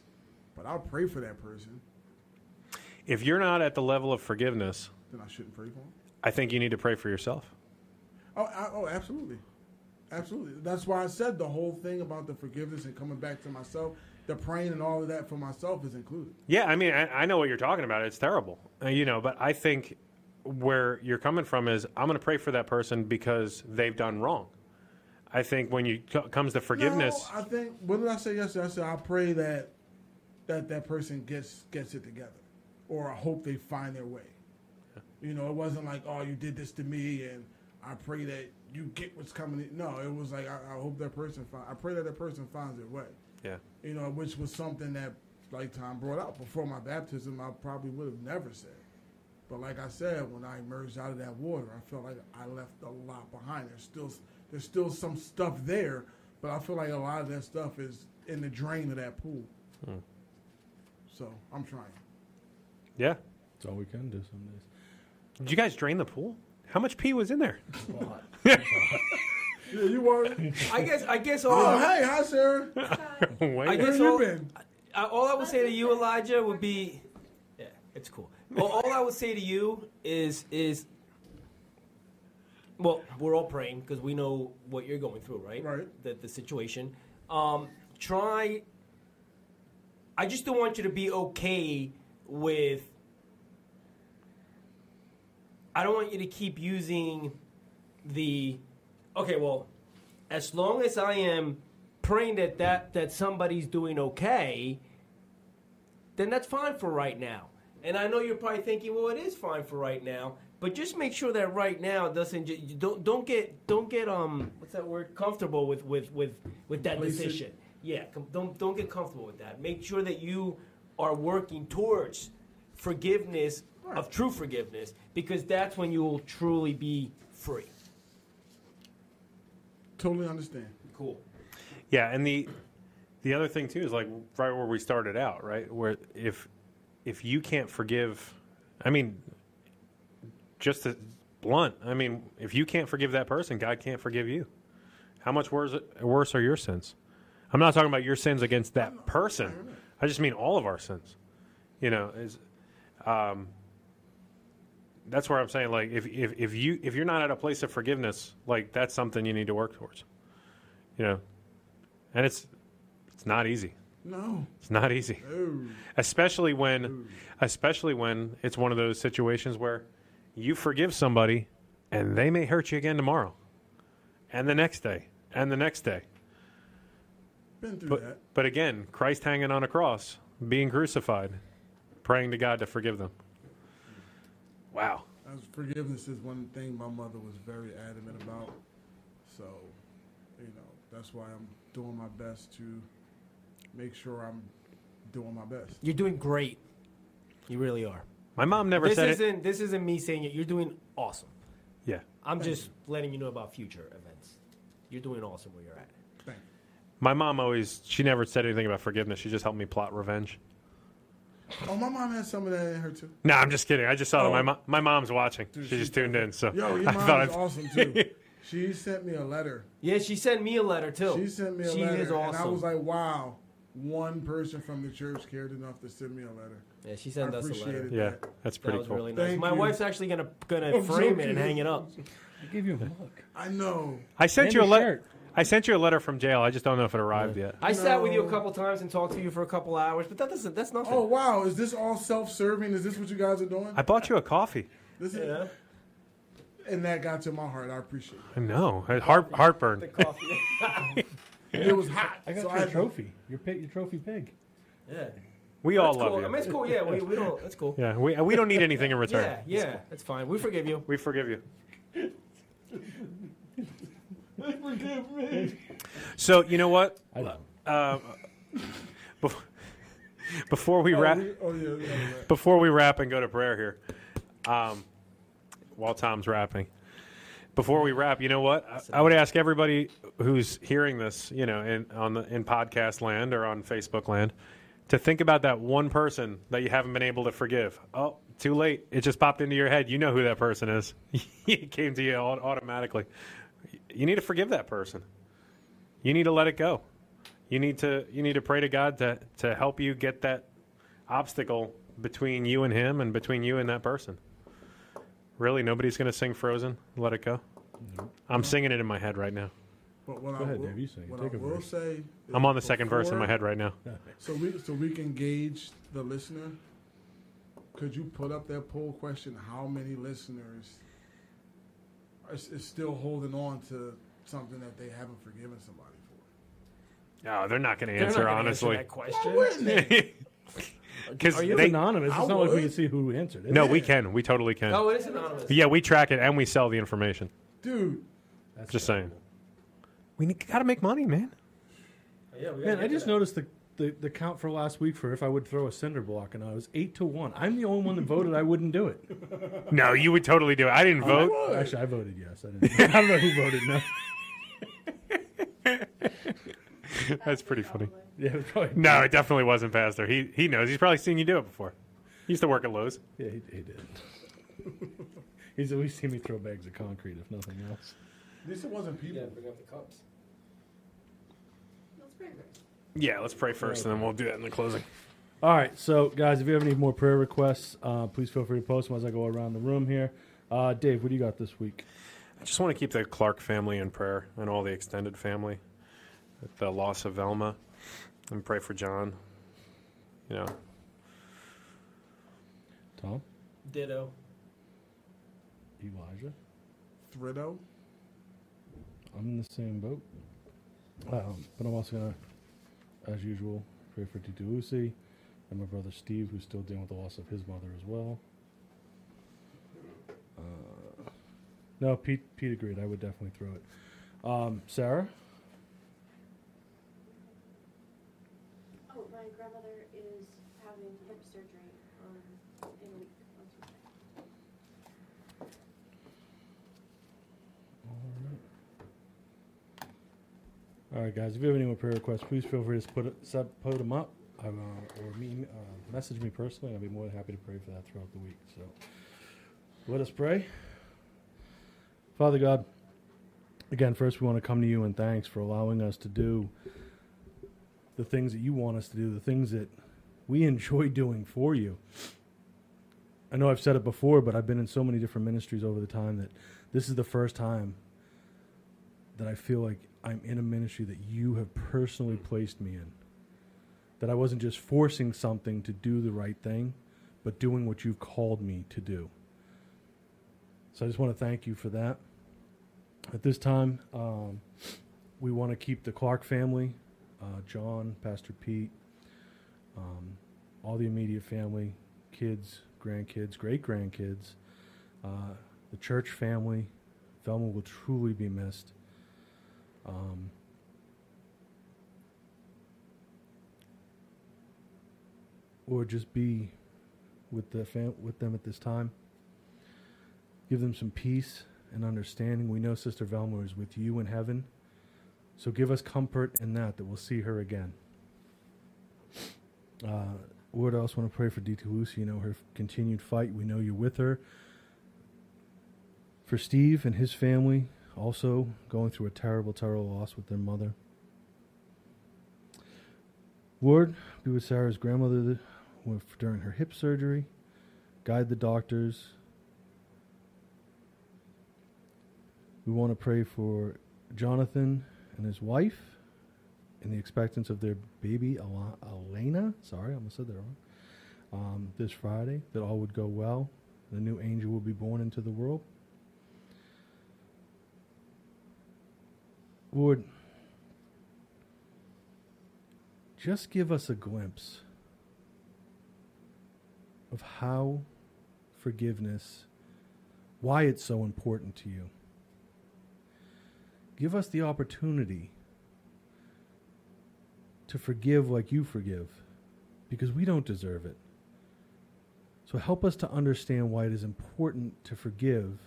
[SPEAKER 1] but I'll pray for that person.
[SPEAKER 3] If you're not at the level of forgiveness,
[SPEAKER 1] Then I shouldn't pray for them.
[SPEAKER 3] I think you need to pray for yourself.
[SPEAKER 1] Oh, I, oh, absolutely, absolutely. That's why I said the whole thing about the forgiveness and coming back to myself, the praying and all of that for myself is included.
[SPEAKER 3] Yeah, I mean, I, I know what you're talking about. It's terrible, Uh, you know. But I think where you're coming from is I'm going to pray for that person because they've done wrong. I think when you co- comes to forgiveness,
[SPEAKER 1] No, I think. What did I say yesterday? I said I pray that that that person gets gets it together, or I hope they find their way. You know, it wasn't like, oh, you did this to me, and I pray that you get what's coming. in." No, it was like I, I hope that person. Find, I pray that that person finds their way.
[SPEAKER 3] yeah.
[SPEAKER 1] You know, which was something that, like Tom brought out before my baptism, I probably would have never said. But like I said, when I emerged out of that water, I felt like I left a lot behind. There's still there's still some stuff there, but I feel like a lot of that stuff is in the drain of that pool. So I'm trying.
[SPEAKER 3] Yeah.
[SPEAKER 5] That's all we can do some days.
[SPEAKER 3] Did you guys drain the pool? How much pee was in there?
[SPEAKER 1] Yeah, you were.
[SPEAKER 6] I guess I guess all
[SPEAKER 1] oh, hey, hi, Sarah.
[SPEAKER 3] [laughs] Wait.
[SPEAKER 6] I
[SPEAKER 1] Where
[SPEAKER 6] guess
[SPEAKER 1] you
[SPEAKER 6] all,
[SPEAKER 1] been?
[SPEAKER 6] I, all I would say to you, Elijah, would be, yeah, it's cool. Well, all I would say to you is is, well, we're all praying because we know what you're going through, right?
[SPEAKER 1] Right.
[SPEAKER 6] The the situation. Um, try. I just don't want you to be okay with. I don't want you to keep using the okay well as long as i am praying that that, that somebody's doing okay then that's fine for right now and i know you're probably thinking well it is fine for right now but just make sure that right now doesn't ju- you don't don't get don't get um what's that word comfortable with with with with that
[SPEAKER 1] Complacent.
[SPEAKER 6] decision yeah com- don't don't get comfortable with that make sure that you are working towards forgiveness of true forgiveness because that's when you will truly be free
[SPEAKER 1] Totally understand.
[SPEAKER 6] Cool.
[SPEAKER 3] Yeah, and the the other thing too is like right where we started out, right? Where if if you can't forgive, I mean, just to blunt, I mean, if you can't forgive that person, God can't forgive you. How much worse worse are your sins? I'm not talking about your sins against that person. I just mean all of our sins. You know, is um, that's where I'm saying like if, if if you if you're not at a place of forgiveness, like that's something you need to work towards. You know, and it's it's not easy.
[SPEAKER 1] No.
[SPEAKER 3] It's not easy,
[SPEAKER 1] Oh.
[SPEAKER 3] especially when especially when it's one of those situations where you forgive somebody and they may hurt you again tomorrow, and the next day, and the next day.
[SPEAKER 1] Been through that.
[SPEAKER 3] But but again, Christ hanging on a cross, being crucified, praying to God to forgive them. Wow.
[SPEAKER 1] As forgiveness is one thing my mother was very adamant about. So, you know, that's why I'm doing my best to make sure I'm doing my best.
[SPEAKER 6] You're doing great. You really are.
[SPEAKER 3] My mom never
[SPEAKER 6] This
[SPEAKER 3] said it.
[SPEAKER 6] isn't this isn't me saying it. You're doing awesome.
[SPEAKER 3] Yeah.
[SPEAKER 6] I'm just letting you know about future events. You're doing awesome where you're at.
[SPEAKER 1] Thank
[SPEAKER 3] My mom always she never said anything about forgiveness. She just helped me plot revenge.
[SPEAKER 1] you. Oh, my mom had some of that in her too.
[SPEAKER 3] No, I'm just kidding. I just saw that my
[SPEAKER 1] Oh.
[SPEAKER 3] mo- my mom's watching.
[SPEAKER 1] Dude,
[SPEAKER 3] she
[SPEAKER 1] she-
[SPEAKER 3] just tuned in, so
[SPEAKER 6] [laughs]
[SPEAKER 1] Yo, your
[SPEAKER 3] [laughs] I
[SPEAKER 1] mom is
[SPEAKER 3] I'd-
[SPEAKER 1] awesome too. She sent me a letter.
[SPEAKER 6] Yeah, she sent me a letter too.
[SPEAKER 1] She sent me a
[SPEAKER 6] Oh, She
[SPEAKER 1] letter,
[SPEAKER 6] is awesome.
[SPEAKER 1] and I was like, "Wow, one person from the church cared enough to send me a letter."
[SPEAKER 6] yeah, she sent
[SPEAKER 1] I
[SPEAKER 6] us a
[SPEAKER 1] appreciate
[SPEAKER 6] letter.
[SPEAKER 1] it.
[SPEAKER 3] Yeah, that's
[SPEAKER 6] That
[SPEAKER 3] pretty
[SPEAKER 6] was
[SPEAKER 3] cool.
[SPEAKER 6] really nice.
[SPEAKER 1] Thank
[SPEAKER 6] My
[SPEAKER 1] you.
[SPEAKER 6] wife's actually gonna
[SPEAKER 1] [laughs]
[SPEAKER 6] gonna
[SPEAKER 1] I'm
[SPEAKER 6] frame it
[SPEAKER 1] joking.
[SPEAKER 6] and hang
[SPEAKER 1] [laughs]
[SPEAKER 6] it up.
[SPEAKER 5] I gave you a mug.
[SPEAKER 1] I know.
[SPEAKER 3] I sent
[SPEAKER 5] And
[SPEAKER 3] you a
[SPEAKER 5] a
[SPEAKER 3] letter.
[SPEAKER 5] shirt.
[SPEAKER 3] I sent you a letter from jail. I just don't know if it arrived yet.
[SPEAKER 6] I sat with you a couple times and talked to you for a couple hours, but that doesn't that's nothing.
[SPEAKER 1] Oh wow, is this all self-serving? Is this what you guys are doing?
[SPEAKER 3] I bought you a coffee.
[SPEAKER 1] This is,
[SPEAKER 6] yeah.
[SPEAKER 1] and that got to my heart. I appreciate it.
[SPEAKER 3] I know. I- Heart heartburn.
[SPEAKER 6] Coffee.
[SPEAKER 1] And [laughs] It was hot.
[SPEAKER 5] I got
[SPEAKER 1] so
[SPEAKER 5] you a
[SPEAKER 1] had to-
[SPEAKER 5] trophy. Your, pig, your trophy pig.
[SPEAKER 6] yeah.
[SPEAKER 3] We all
[SPEAKER 6] That's
[SPEAKER 3] love
[SPEAKER 6] cool. I
[SPEAKER 3] you.
[SPEAKER 6] mean it's cool, yeah. We, we don't that's cool.
[SPEAKER 3] yeah, we we don't need
[SPEAKER 6] [laughs]
[SPEAKER 3] anything in return.
[SPEAKER 6] Yeah, yeah, that's fine. We forgive you.
[SPEAKER 3] We forgive
[SPEAKER 6] [laughs]
[SPEAKER 3] you.
[SPEAKER 6] Forgive me.
[SPEAKER 3] So you know what?
[SPEAKER 5] I know.
[SPEAKER 3] Um, bef- [laughs] before we
[SPEAKER 1] Oh,
[SPEAKER 3] wrap.
[SPEAKER 1] we- oh yeah, yeah, yeah.
[SPEAKER 3] before we wrap and go to prayer here, um, while Tom's rapping, before we wrap, you know what? I, I would ask everybody who's hearing this, you know, in on the in podcast land or on Facebook land, to think about that one person that you haven't been able to forgive. Oh, too late! It just popped into your head. You know who that person is. [laughs] it came to you au- automatically. You need to forgive that person. You need to let it go. You need to you need to pray to God to to help you get that obstacle between you and him and between you and that person. Really, nobody's going to sing Frozen, Let It Go? I'm singing it in my head right now.
[SPEAKER 1] But what I
[SPEAKER 5] ahead,
[SPEAKER 1] will,
[SPEAKER 5] Dave, you say it.
[SPEAKER 1] what
[SPEAKER 5] Take
[SPEAKER 1] I
[SPEAKER 5] a
[SPEAKER 1] will
[SPEAKER 5] verse.
[SPEAKER 1] say, is
[SPEAKER 3] I'm on the second verse in my
[SPEAKER 1] before-
[SPEAKER 3] head right now.
[SPEAKER 1] So we so we can gauge the listener. Could you put up that poll question? How many listeners is, is still holding on to something that they haven't forgiven somebody for?
[SPEAKER 3] No, they're not going to
[SPEAKER 6] They're not
[SPEAKER 3] answer,
[SPEAKER 6] gonna
[SPEAKER 3] honestly.
[SPEAKER 6] that question.
[SPEAKER 3] [laughs] Because
[SPEAKER 5] Are you
[SPEAKER 3] they,
[SPEAKER 5] anonymous? It's
[SPEAKER 1] I
[SPEAKER 5] not like we
[SPEAKER 1] would.
[SPEAKER 5] can see who answered it.
[SPEAKER 3] no, we can. We totally can.
[SPEAKER 6] Oh, it is anonymous.
[SPEAKER 3] yeah, we track it and we sell the information.
[SPEAKER 1] Dude,
[SPEAKER 5] That's
[SPEAKER 3] Just
[SPEAKER 5] right.
[SPEAKER 3] saying. We got to make money, man.
[SPEAKER 6] Yeah, we gotta
[SPEAKER 5] Man, I
[SPEAKER 6] get
[SPEAKER 5] just
[SPEAKER 6] to that.
[SPEAKER 5] noticed the, the, the count for last week for if I would throw a cinder block, and I was eight to one. I'm the only one that voted I wouldn't do it.
[SPEAKER 3] No, you would totally do it. I didn't vote.
[SPEAKER 5] Actually, [laughs] I voted yes. I, didn't. I don't know who voted no.
[SPEAKER 3] [laughs] That's pretty funny.
[SPEAKER 5] Yeah, probably.
[SPEAKER 3] No, it definitely wasn't Pastor. He he knows. He's probably seen you do it before. He used to work at Lowe's.
[SPEAKER 5] Yeah, he, he did. [laughs] He's at least seen me throw bags of concrete, if nothing else.
[SPEAKER 1] At least it wasn't people.
[SPEAKER 9] bring up the cups.
[SPEAKER 4] That's pretty great.
[SPEAKER 3] Yeah, let's pray first, and then we'll do that in the closing.
[SPEAKER 5] All right, so guys, if you have any more prayer requests, uh, please feel free to post them as I go around the room here. Uh, Dave, what do you got this week?
[SPEAKER 3] I just want to keep the Clark family in prayer and all the extended family, with the loss of Velma, and pray for John. You know,
[SPEAKER 5] Tom,
[SPEAKER 9] Ditto.
[SPEAKER 5] Elijah,
[SPEAKER 1] Thrido?
[SPEAKER 5] I'm in the same boat, um, but I'm also gonna, as usual, pray for Tito Usi and my brother Steve, who's still dealing with the loss of his mother as well. Uh, no, Pete, Pete agreed. I would definitely throw it. Um, Sarah,
[SPEAKER 4] Oh, my grandmother is having hip surgery on, in a week. on Tuesday.
[SPEAKER 5] All right, guys. If you have any more prayer requests, please feel free to put it, set, put them up, I, uh, or me, uh, message me personally. and I'll be more than happy to pray for that throughout the week. So, let us pray. Father God, again, first we want to come to you in thanks for allowing us to do the things that you want us to do, the things that we enjoy [laughs] doing for you. I know I've said it before, but I've been in so many different ministries over the time that this is the first time that I feel like I'm in a ministry that you have personally placed me in. That I wasn't just forcing something to do the right thing, but doing what you've called me to do. So I just want to thank you for that. At this time, um, we want to keep the Clark family, uh, John, Pastor Pete, um, all the immediate family, kids, grandkids, great grandkids, uh, the church family. Velma will truly be missed. Um, or just be with the fam- with them at this time. Give them some peace and understanding. We know Sister Velma is with you in heaven, so give us comfort in that that we'll see her again. Uh, Lord, I also want to pray for D2 Lucy. You know her continued fight. We know you're with her. For Steve and his family, also going through a terrible, terrible loss with their mother. Lord, be with Sarah's grandmother th- with- during her hip surgery. Guide the doctors. We want to pray for Jonathan and his wife in the expectance of their baby, Ala- Elena. Sorry, I almost said that wrong. Um, this Friday, that all would go well. The new angel will be born into the world. Lord, just give us a glimpse of how forgiveness, why it's so important to you. Give us the opportunity to forgive like you forgive because we don't deserve it. So help us to understand why it is important to forgive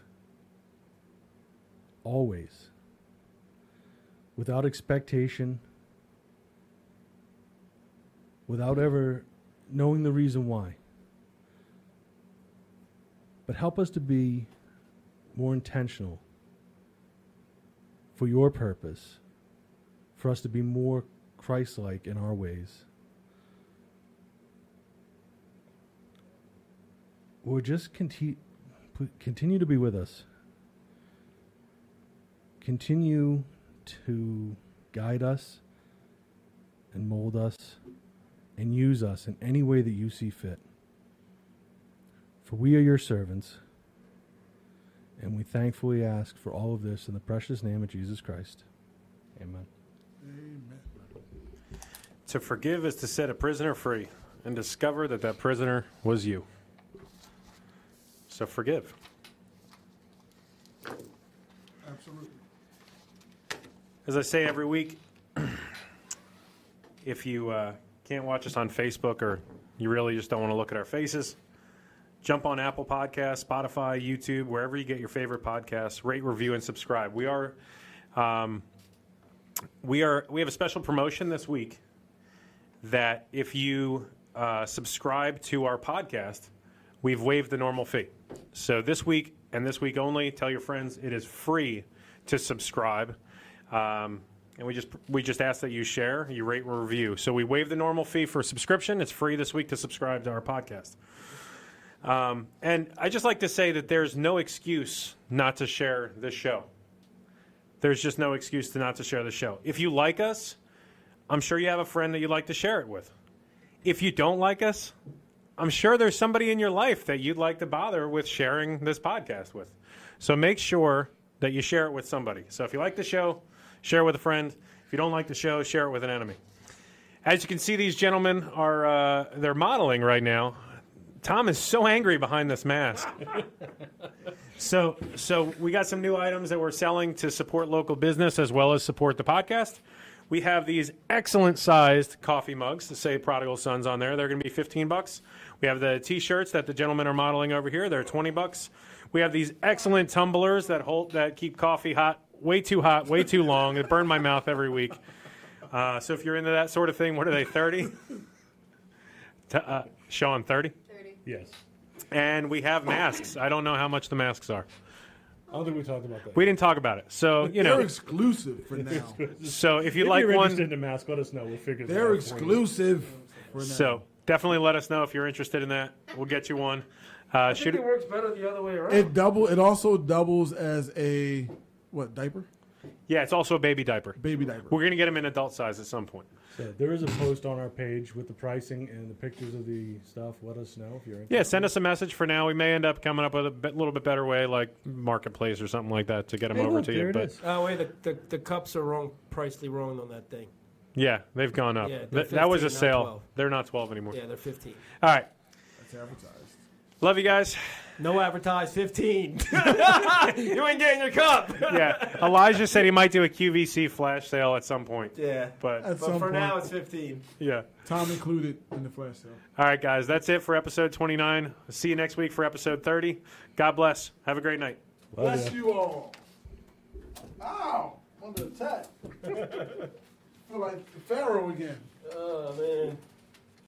[SPEAKER 5] always without expectation, without ever knowing the reason why. But help us to be more intentional for your purpose, for us to be more Christ like in our ways. Or just conti- p- continue to be with us. Continue to guide us and mold us and use us in any way that you see fit. For we are your servants, and we thankfully ask for all of this in the precious name of Jesus Christ. Amen.
[SPEAKER 3] To forgive is to set a prisoner free and discover that that prisoner was you. So forgive.
[SPEAKER 1] Absolutely.
[SPEAKER 3] As I say every week, [clears throat] if you uh, can't watch us on Facebook or you really just don't want to look at our faces, jump on Apple Podcasts, Spotify, YouTube, wherever you get your favorite podcasts, rate, review, and subscribe. We are um, we are we have a special promotion this week that if you uh, subscribe to our podcast, we've waived the normal fee. So this week and this week only, tell your friends it is free to subscribe. Um, and we just we just ask that you share, you rate, and review. So we waive the normal fee for subscription. It's free this week to subscribe to our podcast. Um, and I just like to say that there's no excuse not to share this show. There's just no excuse to not to share the show. If you like us, I'm sure you have a friend that you'd like to share it with. If you don't like us, I'm sure there's somebody in your life that you'd like to bother with sharing this podcast with. So make sure that you share it with somebody. So if you like the show, share it with a friend. If you don't like the show, share it with an enemy. As you can see, these gentlemen are uh, they're modeling right now. Tom is so angry behind this mask. so so we got some new items that we're selling to support local business as well as support the podcast. We have these excellent sized coffee mugs to say Prodigal Sons on there. They're going to be 15 bucks. We have the t-shirts that the gentlemen are modeling over here. They're 20 bucks. We have these excellent tumblers that hold that keep coffee hot way too hot, way too long. It burned my mouth every week. Uh, so if you're into that sort of thing, what are they 30? T- uh, Sean 30.
[SPEAKER 4] Thirty.
[SPEAKER 5] Yes.
[SPEAKER 3] And we have masks. I don't know how much the masks are.
[SPEAKER 5] I don't think we talked about that.
[SPEAKER 3] We didn't talk about it. So,
[SPEAKER 1] They're
[SPEAKER 3] you know,
[SPEAKER 1] exclusive for now.
[SPEAKER 3] so if
[SPEAKER 5] If
[SPEAKER 3] you'd like
[SPEAKER 5] you're
[SPEAKER 3] one
[SPEAKER 5] interested in the mask, let us know. We'll figure.
[SPEAKER 1] They're
[SPEAKER 5] this out for you.
[SPEAKER 1] exclusive for now.
[SPEAKER 3] So definitely let us know if you're interested in that. We'll get you one. Uh,
[SPEAKER 9] I think it
[SPEAKER 3] shoot,
[SPEAKER 9] works better the other way around.
[SPEAKER 1] it double. It also doubles as a what diaper?
[SPEAKER 3] yeah, it's also a baby diaper.
[SPEAKER 1] Baby diaper.
[SPEAKER 3] We're gonna get them in adult size at some point.
[SPEAKER 5] So there is a post on our page with the pricing and the pictures of the stuff. Let us know if you're interested.
[SPEAKER 3] Yeah, send us a message for now. We may end up coming up with a bit, little bit better way, like marketplace or something like that, to get them
[SPEAKER 5] Hey,
[SPEAKER 3] over
[SPEAKER 5] look,
[SPEAKER 3] to
[SPEAKER 5] there
[SPEAKER 3] you.
[SPEAKER 5] it
[SPEAKER 3] But
[SPEAKER 5] is.
[SPEAKER 9] Oh wait, the, the, the cups are wrong, pricely wrong on that thing.
[SPEAKER 3] yeah, they've gone up.
[SPEAKER 9] Yeah,
[SPEAKER 3] Th-
[SPEAKER 9] they're
[SPEAKER 3] that was a
[SPEAKER 9] 15, not
[SPEAKER 3] sale.
[SPEAKER 9] 12.
[SPEAKER 3] They're not 12 anymore.
[SPEAKER 9] Yeah, they're 15.
[SPEAKER 3] All right,
[SPEAKER 1] That's advertised.
[SPEAKER 3] love you guys.
[SPEAKER 9] No advertise 15. [laughs] you ain't getting your cup.
[SPEAKER 3] Yeah,
[SPEAKER 9] [laughs]
[SPEAKER 3] Elijah said he might do a QVC flash sale at some point,
[SPEAKER 9] Yeah.
[SPEAKER 3] but
[SPEAKER 1] At
[SPEAKER 9] But
[SPEAKER 1] some
[SPEAKER 9] for
[SPEAKER 1] point,
[SPEAKER 9] now, it's 15.
[SPEAKER 3] yeah.
[SPEAKER 1] Tom included in the flash sale.
[SPEAKER 3] All right, guys, that's it for episode 29. See you next week for episode 30. God bless. Have a great night.
[SPEAKER 1] Bless you all. Ow! [laughs] Under attack. Feel like Pharaoh again.
[SPEAKER 9] Oh, man.